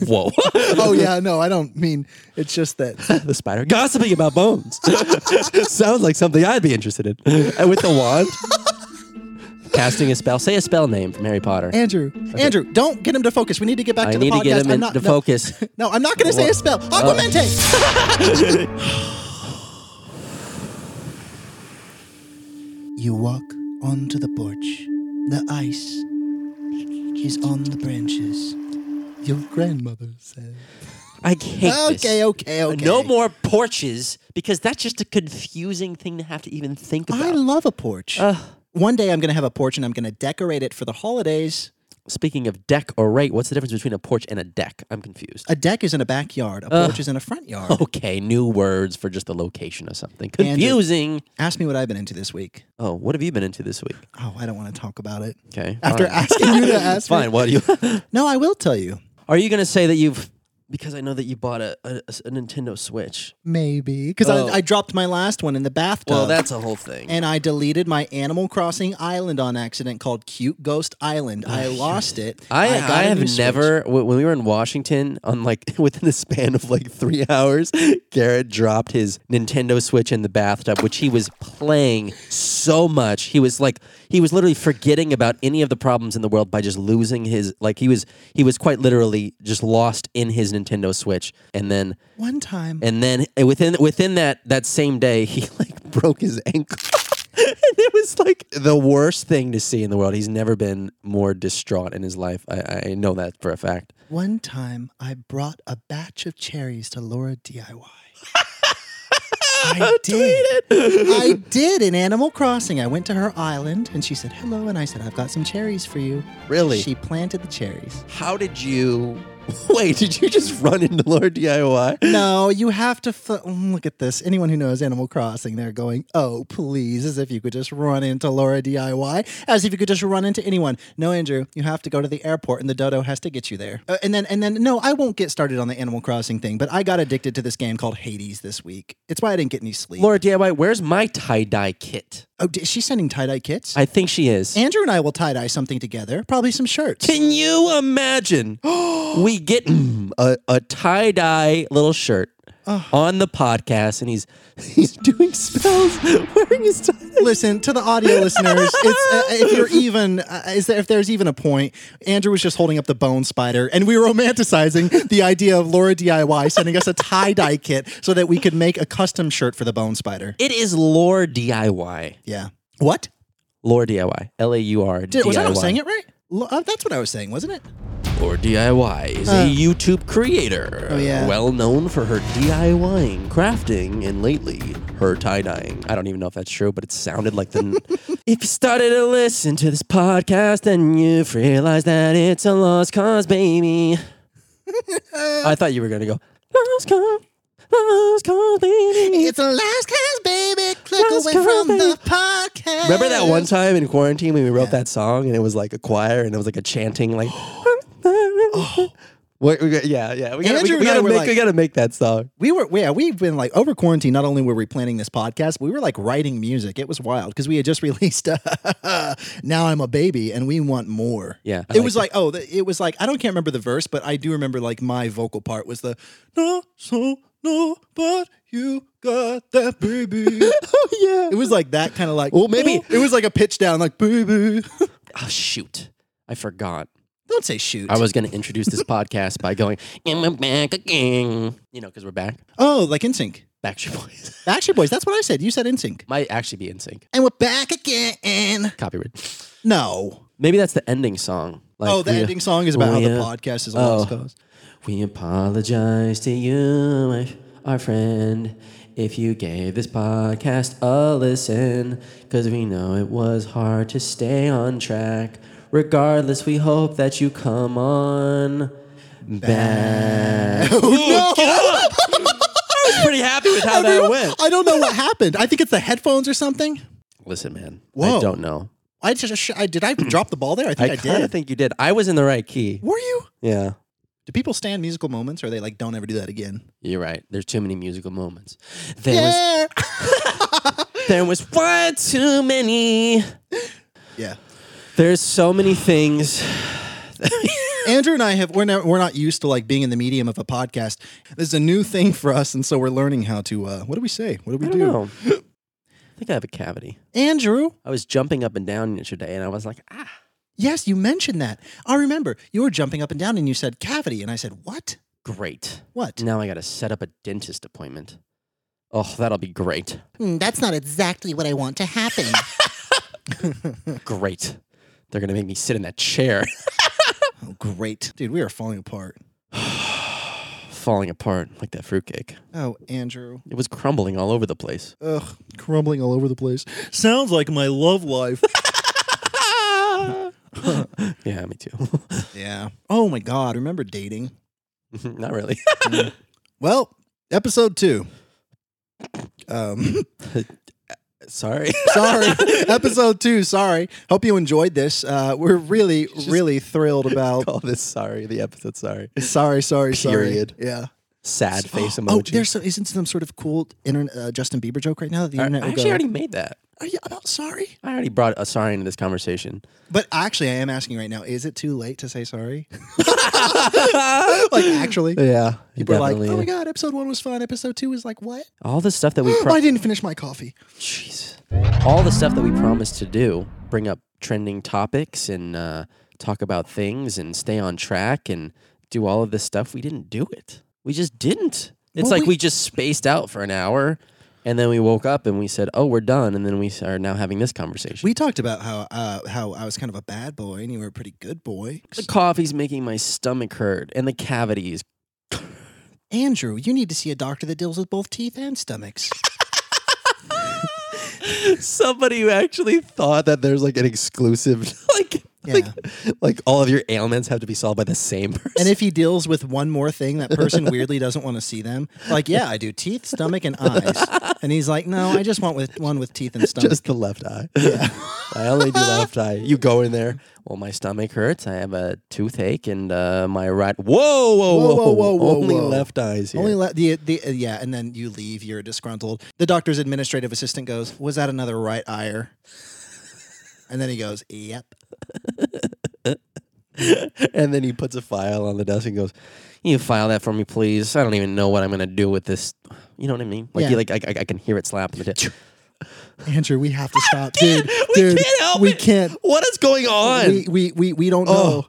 [SPEAKER 2] Whoa.
[SPEAKER 4] oh yeah, no, I don't mean. It's just that.
[SPEAKER 2] the spider gossiping about bones. Sounds like something I'd be interested in. And with the wand. Casting a spell. Say a spell name from Harry Potter.
[SPEAKER 4] Andrew,
[SPEAKER 3] Andrew, don't get him to focus. We need to get back
[SPEAKER 2] I
[SPEAKER 3] to the
[SPEAKER 2] need
[SPEAKER 3] podcast.
[SPEAKER 2] to get him
[SPEAKER 3] I'm
[SPEAKER 2] in
[SPEAKER 3] not,
[SPEAKER 2] the
[SPEAKER 3] no,
[SPEAKER 2] focus.
[SPEAKER 3] No, I'm not going to say a spell. Aquamente. you walk onto the porch. The ice is on the branches.
[SPEAKER 4] your grandmother said.
[SPEAKER 2] I hate this. Uh,
[SPEAKER 3] Okay, okay, okay.
[SPEAKER 2] No more porches because that's just a confusing thing to have to even think about.
[SPEAKER 3] I love a porch. One day I'm going to have a porch and I'm going to decorate it for the holidays.
[SPEAKER 2] Speaking of deck or rate, what's the difference between a porch and a deck? I'm confused.
[SPEAKER 3] A deck is in a backyard. A porch is in a front yard.
[SPEAKER 2] Okay, new words for just the location of something.
[SPEAKER 3] Andrew.
[SPEAKER 2] Confusing.
[SPEAKER 3] Ask me what I've been into this week.
[SPEAKER 2] Oh, what have you been into this week?
[SPEAKER 3] Oh, I don't want to talk about it.
[SPEAKER 2] Okay.
[SPEAKER 3] After
[SPEAKER 2] fine.
[SPEAKER 3] asking you to
[SPEAKER 2] That's fine. What do you?
[SPEAKER 3] No, I will tell you.
[SPEAKER 2] Are you gonna say that you've? Because I know that you bought a, a, a Nintendo Switch.
[SPEAKER 4] Maybe
[SPEAKER 3] Because
[SPEAKER 4] because
[SPEAKER 3] I, I dropped my last one in the bathtub.
[SPEAKER 2] Oh. Well, that's a whole thing.
[SPEAKER 3] and I deleted my Animal Crossing island on accident called Cute Ghost Island. I lost it.
[SPEAKER 2] Oh, I, I,
[SPEAKER 3] got a new
[SPEAKER 2] have
[SPEAKER 3] Switch.
[SPEAKER 2] never w- when we were in Washington on like within the span of like three hours, Garrett dropped his Nintendo Switch in the bathtub, which he was playing so much. He was like he was literally forgetting about any of the problems in the world by just losing his like he was he was quite literally just lost in his Nintendo Switch. And then
[SPEAKER 3] One time.
[SPEAKER 2] and then uh, within within that that same day he like broke his ankle and it was like the worst thing to see in the world he's never been more distraught in his life i, I know that for a fact
[SPEAKER 3] One time, I brought a batch of cherries to Laura DIY. I did. I did in Animal Crossing. I went to her island and she said hello, and I said, I've got some cherries for you.
[SPEAKER 2] Really?
[SPEAKER 3] She planted the cherries.
[SPEAKER 2] how did you wait did you just run into lord diy
[SPEAKER 3] No, you have to fl- mm, look at this. Anyone who knows Animal Crossing, they're going, "Oh, please!" As if you could just run into Laura DIY, as if you could just run into anyone. No, Andrew, you have to go to the airport, and the dodo has to get you there. Uh, and then, and then, no, I won't get started on the Animal Crossing thing. But I got addicted to this game called Hades this week. It's why I didn't get any sleep.
[SPEAKER 2] lord diy where's my tie-dye kit
[SPEAKER 3] oh, d- is she sending tie dye kits?
[SPEAKER 2] i think she is
[SPEAKER 3] Andrew and I will tie dye something together. Probably some shirts.
[SPEAKER 2] can you imagine we get mm, a, a tie-dye little shirt on the podcast and he's he's doing spells wearing his tie
[SPEAKER 3] Listen to the audio listeners. It's, uh, if you're even, uh, is there, if there's even a point, Andrew was just holding up the bone spider, and we were romanticizing the idea of Laura DIY sending us a tie dye kit so that we could make a custom shirt for the bone spider.
[SPEAKER 2] It is lore DIY.
[SPEAKER 3] Yeah. What?
[SPEAKER 2] Lore DIY. L A U R D I Y.
[SPEAKER 3] Did, was I not saying it right? Lo- uh, that's what I was saying, wasn't it?
[SPEAKER 2] or DIY, is a YouTube creator.
[SPEAKER 3] Oh, yeah.
[SPEAKER 2] Well known for her DIYing, crafting, and lately her tie dyeing. I don't even know if that's true, but it sounded like the. if you started to listen to this podcast, then you've realized that it's a lost cause, baby. I thought you were going to go, lost cause, lost cause, baby.
[SPEAKER 3] It's a last cast, baby. Click
[SPEAKER 2] Last
[SPEAKER 3] away
[SPEAKER 2] Cast,
[SPEAKER 3] from
[SPEAKER 2] baby.
[SPEAKER 3] the podcast.
[SPEAKER 2] Remember that one time in quarantine when we wrote that song and it was like a choir and it was like a chanting like. What- we got- yeah, yeah. We gotta, we,
[SPEAKER 3] Andrew
[SPEAKER 2] we
[SPEAKER 3] and I
[SPEAKER 2] gotta
[SPEAKER 3] were
[SPEAKER 2] make
[SPEAKER 3] like-
[SPEAKER 2] we gotta make that song.
[SPEAKER 3] We were, yeah, we've been like over quarantine. Not only were we planning this podcast, but we were like writing music. It was wild because we had just released uh, "Now I'm a Baby" and we want more.
[SPEAKER 2] Yeah, I
[SPEAKER 3] it
[SPEAKER 2] like
[SPEAKER 3] was like oh, the, it was like I don't can't remember the verse, but I do remember like my vocal part was the no so no but you got that baby.
[SPEAKER 1] Oh yeah.
[SPEAKER 3] it was like that kind of like
[SPEAKER 2] Well, maybe-
[SPEAKER 3] it was like a pitch down like baby.
[SPEAKER 2] Oh shoot. I forgot.
[SPEAKER 3] don't say shoot.
[SPEAKER 2] I was gonna introduce this podcast by going, and we're back again. You know, because we're back.
[SPEAKER 3] oh like in sync.
[SPEAKER 2] Backstreet Boys.
[SPEAKER 3] Actually, boys, that's what I said. You said in sync,
[SPEAKER 2] Might actually be in sync.
[SPEAKER 3] and we're back again.
[SPEAKER 2] Copyright.
[SPEAKER 3] No.
[SPEAKER 2] Maybe that's the ending song. Like,
[SPEAKER 3] oh, the
[SPEAKER 2] we-
[SPEAKER 3] ending song is about
[SPEAKER 2] we,
[SPEAKER 3] how the
[SPEAKER 2] uh,
[SPEAKER 3] podcast is a
[SPEAKER 2] Oh.
[SPEAKER 3] lost cause.
[SPEAKER 2] We apologize to you, my, our friend, if you gave this podcast a listen, because we know it was hard to stay on track. Regardless, we hope that you come on back.
[SPEAKER 3] Oh, no!
[SPEAKER 2] I was pretty happy with how that went.
[SPEAKER 3] I don't know what happened. I think it's the headphones or something.
[SPEAKER 2] Listen, man, I
[SPEAKER 3] Whoa.
[SPEAKER 2] don't know.
[SPEAKER 3] I just, I, did I drop the ball there? I think
[SPEAKER 2] Hmm. I,
[SPEAKER 3] I,
[SPEAKER 2] kind of
[SPEAKER 3] did.
[SPEAKER 2] think you did. I was in the right key.
[SPEAKER 3] Were you?
[SPEAKER 2] Yeah.
[SPEAKER 3] Do people stand musical moments, or are they like don't ever do that again?
[SPEAKER 2] You're right. There's too many musical moments. There
[SPEAKER 3] Yeah.
[SPEAKER 2] was there was far too many.
[SPEAKER 3] yeah.
[SPEAKER 2] There's so many things.
[SPEAKER 3] Andrew and I have we're not, we're not used to like being in the medium of a podcast. This is a new thing for us, and so we're learning how to. Uh, what do we say? What do we
[SPEAKER 2] I
[SPEAKER 3] do?
[SPEAKER 2] don't know. I think I have a cavity.
[SPEAKER 3] Andrew,
[SPEAKER 2] I was jumping up and down yesterday, and I was like, ah,
[SPEAKER 3] yes, you mentioned that. I remember you were jumping up and down, and you said cavity, and I said what?
[SPEAKER 2] great.
[SPEAKER 3] What?
[SPEAKER 2] Now I got to set up a dentist appointment. Oh, that'll be great.
[SPEAKER 3] Hmm, that's not exactly what I want to happen.
[SPEAKER 2] Great. They're gonna make me sit in that chair,
[SPEAKER 3] oh, great, dude, we are falling apart.
[SPEAKER 2] falling apart like that fruitcake.
[SPEAKER 3] Oh, Andrew.
[SPEAKER 2] It was crumbling all over the place.
[SPEAKER 3] Ugh, crumbling all over the place. Sounds like my love life.
[SPEAKER 2] Yeah, me too.
[SPEAKER 3] yeah. Oh my God. Remember dating?
[SPEAKER 2] Not really.
[SPEAKER 3] Well, episode two. Um,
[SPEAKER 2] Sorry.
[SPEAKER 3] sorry. episode two. Sorry. Hope you enjoyed this. Uh, we're really, really thrilled about.
[SPEAKER 1] Call this sorry, the episode sorry.
[SPEAKER 3] Sorry, sorry, sorry.
[SPEAKER 1] Period.
[SPEAKER 3] Yeah.
[SPEAKER 2] Sad face emoji.
[SPEAKER 3] Oh, there's some, isn't some sort of cool internet, uh, Justin Bieber joke right now that the
[SPEAKER 2] I, I
[SPEAKER 3] internet will
[SPEAKER 2] actually
[SPEAKER 3] go,
[SPEAKER 2] already made that.
[SPEAKER 3] Are you about sorry?
[SPEAKER 2] I already brought a sorry into this conversation.
[SPEAKER 3] But actually, I am asking right now: Is it too late to say sorry? like actually,
[SPEAKER 1] Yeah.
[SPEAKER 3] people are like,
[SPEAKER 2] definitely
[SPEAKER 3] "Oh my
[SPEAKER 2] is.
[SPEAKER 3] god, episode one was fun. Episode two is like what?
[SPEAKER 2] All the stuff that we pro-
[SPEAKER 4] I didn't finish my coffee.
[SPEAKER 2] Jeez. All the stuff that we promised to do, bring up trending topics and uh, talk about things and stay on track and do all of this stuff, we didn't do it. We just didn't. It's
[SPEAKER 3] Well,
[SPEAKER 2] like
[SPEAKER 3] we-
[SPEAKER 2] we... just spaced out for an hour and then we woke up and we said, "Oh, we're done." And then we s- are now having this conversation.
[SPEAKER 3] We talked about how uh, how I was kind of a bad boy and you were a pretty good boy.
[SPEAKER 2] The coffee's making my stomach hurt and the cavities.
[SPEAKER 3] Andrew, you need to see a doctor that deals with both teeth and stomachs.
[SPEAKER 1] Somebody who actually thought that there's like an exclusive like
[SPEAKER 3] Yeah.
[SPEAKER 1] like like all of your ailments have to be solved by the same person.
[SPEAKER 3] and if he deals with one more thing, that person weirdly doesn't want to see them. Like, yeah, I do teeth, stomach, and eyes. And he's like, no, I just want with one with teeth and stomach.
[SPEAKER 1] just the left eye. Yeah. I only do left eye. You go in there.
[SPEAKER 2] Well, my stomach hurts. I have a toothache and uh, my right. Whoa, whoa, whoa,
[SPEAKER 1] Whoa, whoa, whoa, whoa.
[SPEAKER 2] Only
[SPEAKER 1] whoa.
[SPEAKER 2] left.
[SPEAKER 1] left eyes here.
[SPEAKER 3] Only let the the uh, yeah, and then you leave. You're disgruntled. The doctor's administrative assistant goes, "Was that another right ire?" And then he goes, "Yep."
[SPEAKER 1] and then he puts a file on the desk and goes,
[SPEAKER 2] Can you file that for me, please? I don't even know what I'm gonna do with this. You know what I mean? Like,
[SPEAKER 3] Yeah.
[SPEAKER 2] you, like I, I- I can hear it slap in the tip.
[SPEAKER 3] Andrew, we have to stop, dude.
[SPEAKER 1] we
[SPEAKER 3] dude,
[SPEAKER 1] can't help
[SPEAKER 3] we
[SPEAKER 1] it.
[SPEAKER 3] can't.
[SPEAKER 1] "What is going on?"
[SPEAKER 3] We we we, we don't know.
[SPEAKER 2] Oh.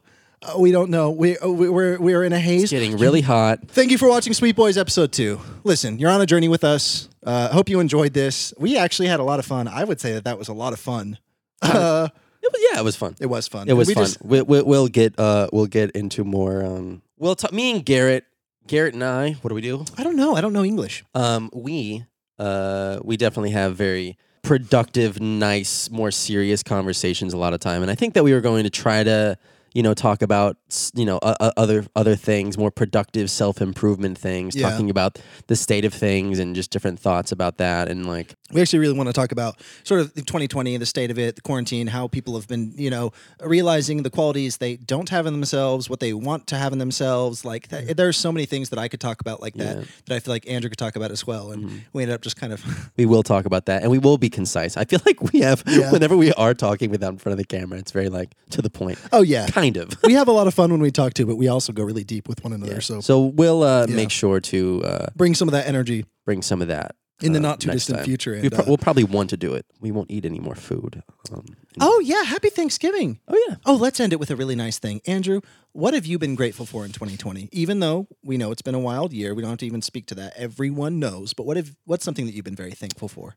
[SPEAKER 3] Uh, we don't know. We uh, we- we're we're in a haze.
[SPEAKER 2] It's getting really hot.
[SPEAKER 3] Thank you for watching Sweet Boys episode two. Listen, you're on a journey with us. Uh, hope you enjoyed this. We actually had a lot of fun. I would say that that was a lot of fun. Uh,
[SPEAKER 2] It It was, yeah, it was fun.
[SPEAKER 3] It was fun.
[SPEAKER 2] It was
[SPEAKER 3] We
[SPEAKER 2] fun.
[SPEAKER 3] just-
[SPEAKER 2] we, we, we'll get uh, we'll get into more. Um, we'll talk. Me and Garrett, Garrett and I. What do we do?
[SPEAKER 3] I don't know. I don't know English.
[SPEAKER 2] Um, we uh, we definitely have very productive, nice, more serious conversations a lot of time, and I think that we were going to try to you know talk about s- you know o- o- other other things, more productive self improvement things,
[SPEAKER 3] Yeah.
[SPEAKER 2] talking about the state of things and just different thoughts about that, and like
[SPEAKER 3] We actually really want to talk about sort of 2020 and the state of it, the quarantine, how people have been, you know, realizing the qualities they don't have in themselves, what they want to have in themselves. Like, th- there are so many things that I could talk about like that that I feel like Andrew could talk about as well. And we ended up just kind of,
[SPEAKER 2] we will talk about that, and we will be concise. I feel like we have whenever we are talking with them in front of the camera, it's very like to the point.
[SPEAKER 4] Oh yeah.
[SPEAKER 2] Kind of.
[SPEAKER 4] we have a lot of fun when we talk too, but we also go really deep with one another. So
[SPEAKER 2] So we'll uh, make sure to uh,
[SPEAKER 4] bring some of that energy.
[SPEAKER 2] bring some of that
[SPEAKER 4] In the
[SPEAKER 2] uh,
[SPEAKER 4] not too
[SPEAKER 2] next
[SPEAKER 4] distant
[SPEAKER 2] time.
[SPEAKER 4] future,
[SPEAKER 2] we
[SPEAKER 4] and,
[SPEAKER 2] pro-
[SPEAKER 4] uh,
[SPEAKER 2] we'll probably want to do it. We won't eat any more food. Um,
[SPEAKER 3] oh, yeah, happy Thanksgiving.
[SPEAKER 2] oh yeah,
[SPEAKER 3] Oh, let's end it with a really nice thing. Andrew, what have you been grateful for in 2020? Even though we know it's been a wild year, we don't have to even speak to that. Everyone knows. But what if what's something that you've been very thankful for?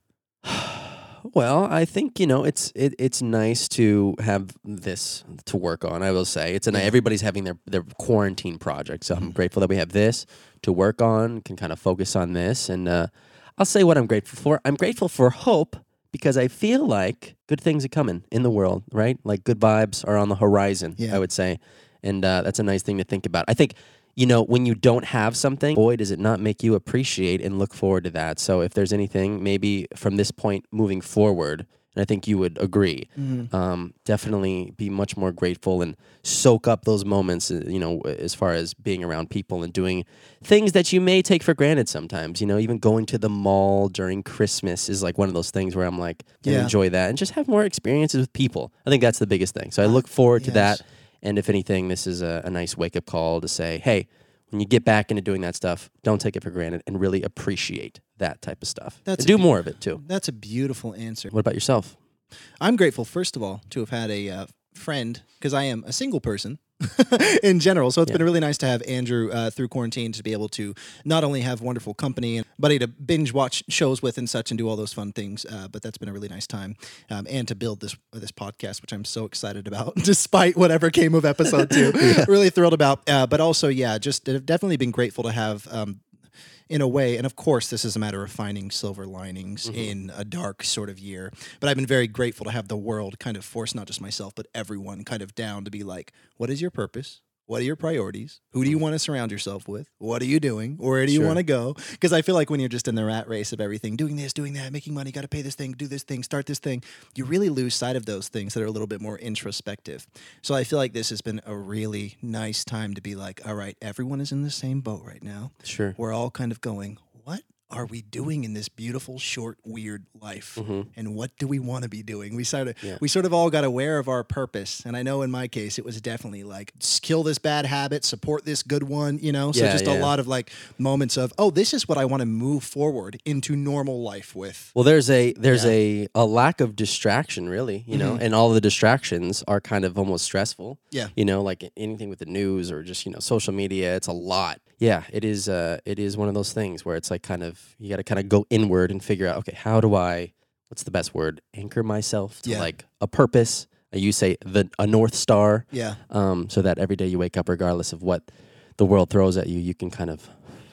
[SPEAKER 2] Well, I think you know it's it, it's nice to have this to work on. I will say it's and everybody's having their their quarantine project, so I'm grateful that we have this to work on. Can kind of focus on this, and uh, I'll say what I'm grateful for. I'm grateful for hope because I feel like good things are coming in the world, right? Like good vibes are on the horizon. I would say, and uh, that's a nice thing to think about. I think. You know, when you don't have something, boy, does it not make you appreciate and look forward to that. So, if there's anything, maybe from this point moving forward, and I think you would agree, um, definitely be much more grateful and soak up those moments, uh, you know, as far as being around people and doing things that you may take for granted sometimes. You know, even going to the mall during Christmas is like one of those things where I'm like, gonna
[SPEAKER 3] Yeah.
[SPEAKER 2] enjoy that and just have more experiences with people. I think that's the biggest thing. So, I look forward to
[SPEAKER 3] yes.
[SPEAKER 2] that. And if anything, this is a, a nice wake up call to say, hey, when you get back into doing that stuff, don't take it for granted and really appreciate that type of stuff.
[SPEAKER 3] That's
[SPEAKER 2] and
[SPEAKER 3] a
[SPEAKER 2] do
[SPEAKER 3] beau-
[SPEAKER 2] more of it too.
[SPEAKER 3] That's a beautiful answer.
[SPEAKER 2] What about yourself?
[SPEAKER 3] I'm grateful, first of all, to have had a uh, friend because I am a single person in general. So it's been really nice to have Andrew uh, through quarantine to be able to not only have wonderful company and buddy to binge watch shows with and such and do all those fun things. Uh, but that's been a really nice time um, and to build this this podcast, which I'm so excited about, despite whatever came of episode two. Really thrilled about. Uh, but also, yeah, just I've definitely been grateful to have um, in a way, and of course, this is a matter of finding silver linings in a dark sort of year. But I've been very grateful to have the world kind of force not just myself, but everyone kind of down to be like, what is your purpose? What are your priorities? Who do you want to surround yourself with? What are you doing? Where do you want to go? Because I feel like when you're just in the rat race of everything, doing this, doing that, making money, got to pay this thing, do this thing, start this thing, you really lose sight of those things that are a little bit more introspective. So I feel like this has been a really nice time to be like, all right, everyone is in the same boat right now
[SPEAKER 2] Sure.
[SPEAKER 3] we're all kind of going, what are we doing in this beautiful, short, weird life?
[SPEAKER 2] Mm-hmm.
[SPEAKER 3] And what do we want to be doing? We sort of we sort of all got aware of our purpose. And I know in my case, it was definitely like s- kill this bad habit, support this good one. You know, so
[SPEAKER 2] Yeah,
[SPEAKER 3] just
[SPEAKER 2] yeah.
[SPEAKER 3] a lot of like moments of oh, this is what I want to move forward into normal life with.
[SPEAKER 2] Well, there's a there's a, a lack of distraction, really, you know, and all the distractions are kind of almost stressful.
[SPEAKER 3] Mm-hmm. Yeah.
[SPEAKER 2] you know, like anything with the news or just you know social media, it's a lot. Yeah, it is. Uh, it is one of those things where it's like kind of you got to kind of go inward and figure out, okay, how do I? What's the best word? Anchor myself to
[SPEAKER 3] Yeah.
[SPEAKER 2] like a purpose. Uh, You say the a north star.
[SPEAKER 3] Yeah,
[SPEAKER 2] Um, so that every day you wake up, regardless of what the world throws at you, you can kind of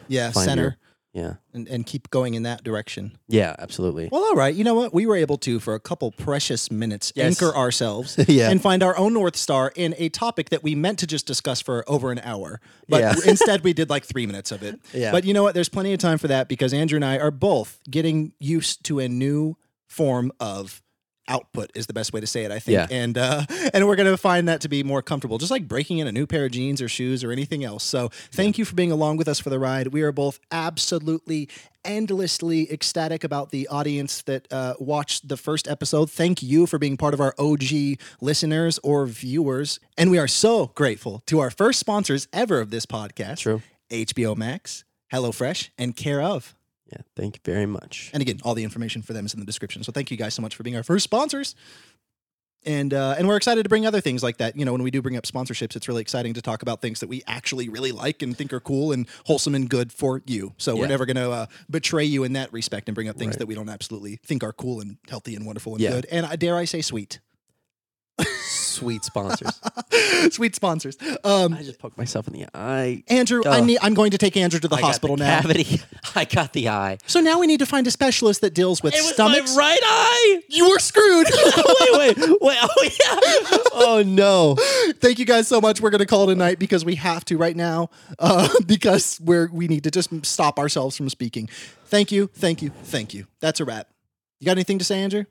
[SPEAKER 3] yeah,
[SPEAKER 2] find
[SPEAKER 3] center
[SPEAKER 2] your- yeah.
[SPEAKER 3] and, and keep going in that direction.
[SPEAKER 2] Yeah, absolutely.
[SPEAKER 3] Well, all right. You know what? We were able to, for a couple precious minutes,
[SPEAKER 2] Yes.
[SPEAKER 3] anchor ourselves
[SPEAKER 2] Yeah.
[SPEAKER 3] and find our own North Star in a topic that we meant to just discuss for over an hour. But
[SPEAKER 2] Yeah.
[SPEAKER 3] instead, we did like three minutes of it.
[SPEAKER 2] Yeah.
[SPEAKER 3] But you know what? There's plenty of time for that because Andrew and I are both getting used to a new form of output is the best way to say it i think
[SPEAKER 2] Yeah.
[SPEAKER 3] and uh and we're gonna find that to be more comfortable just like breaking in a new pair of jeans or shoes or anything else so thank you for being along with us for the ride we are both absolutely endlessly ecstatic about the audience that uh watched the first episode thank you for being part of our og listeners or viewers and we are so grateful to our first sponsors ever of this podcast
[SPEAKER 2] True.
[SPEAKER 3] hbo max HelloFresh, and care of
[SPEAKER 2] Yeah, thank you very much.
[SPEAKER 3] and again, all the information for them is in the description. So thank you guys so much for being our first sponsors. And uh, and we're excited to bring other things like that. You know, when we do bring up sponsorships, it's really exciting to talk about things that we actually really like and think are cool and wholesome and good for you. So
[SPEAKER 2] Yeah.
[SPEAKER 3] we're never going to uh, betray you in that respect and bring up things that we don't absolutely think are cool and healthy and wonderful and
[SPEAKER 2] Yeah.
[SPEAKER 3] good. And uh, dare I say, sweet.
[SPEAKER 2] Sweet sponsors.
[SPEAKER 4] Sweet sponsors. Um,
[SPEAKER 2] I just poked myself in the eye.
[SPEAKER 3] Andrew, I
[SPEAKER 2] Ugh.
[SPEAKER 3] need, I'm going to take Andrew to the
[SPEAKER 2] I got
[SPEAKER 3] hospital
[SPEAKER 2] the
[SPEAKER 3] now.
[SPEAKER 2] Cavity. I got the eye.
[SPEAKER 3] So now we need to find a specialist that deals with
[SPEAKER 2] It was
[SPEAKER 3] stomachs.
[SPEAKER 2] my right eye.
[SPEAKER 3] You were screwed.
[SPEAKER 2] wait, wait, wait. Oh yeah. Oh no.
[SPEAKER 4] thank you guys so much. We're gonna call it a night because we have to right now uh, because we're we need to just stop ourselves from speaking.
[SPEAKER 3] thank you, thank you, thank you. That's a wrap. You got anything to say, Andrew?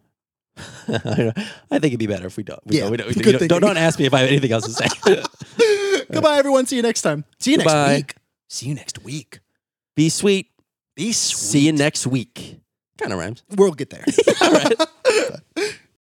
[SPEAKER 2] I think it'd be better if we don't. We
[SPEAKER 4] Yeah,
[SPEAKER 2] don't, we don't, we
[SPEAKER 4] good
[SPEAKER 2] don't,
[SPEAKER 4] thinking.
[SPEAKER 2] don't, don't ask me if I have anything else to say.
[SPEAKER 4] Goodbye, everyone. See you next time.
[SPEAKER 3] See you
[SPEAKER 2] Goodbye.
[SPEAKER 3] next week. See you next week.
[SPEAKER 2] Be sweet.
[SPEAKER 3] Be
[SPEAKER 2] See you next week. Kind of rhymes.
[SPEAKER 3] We'll get there.
[SPEAKER 2] All right.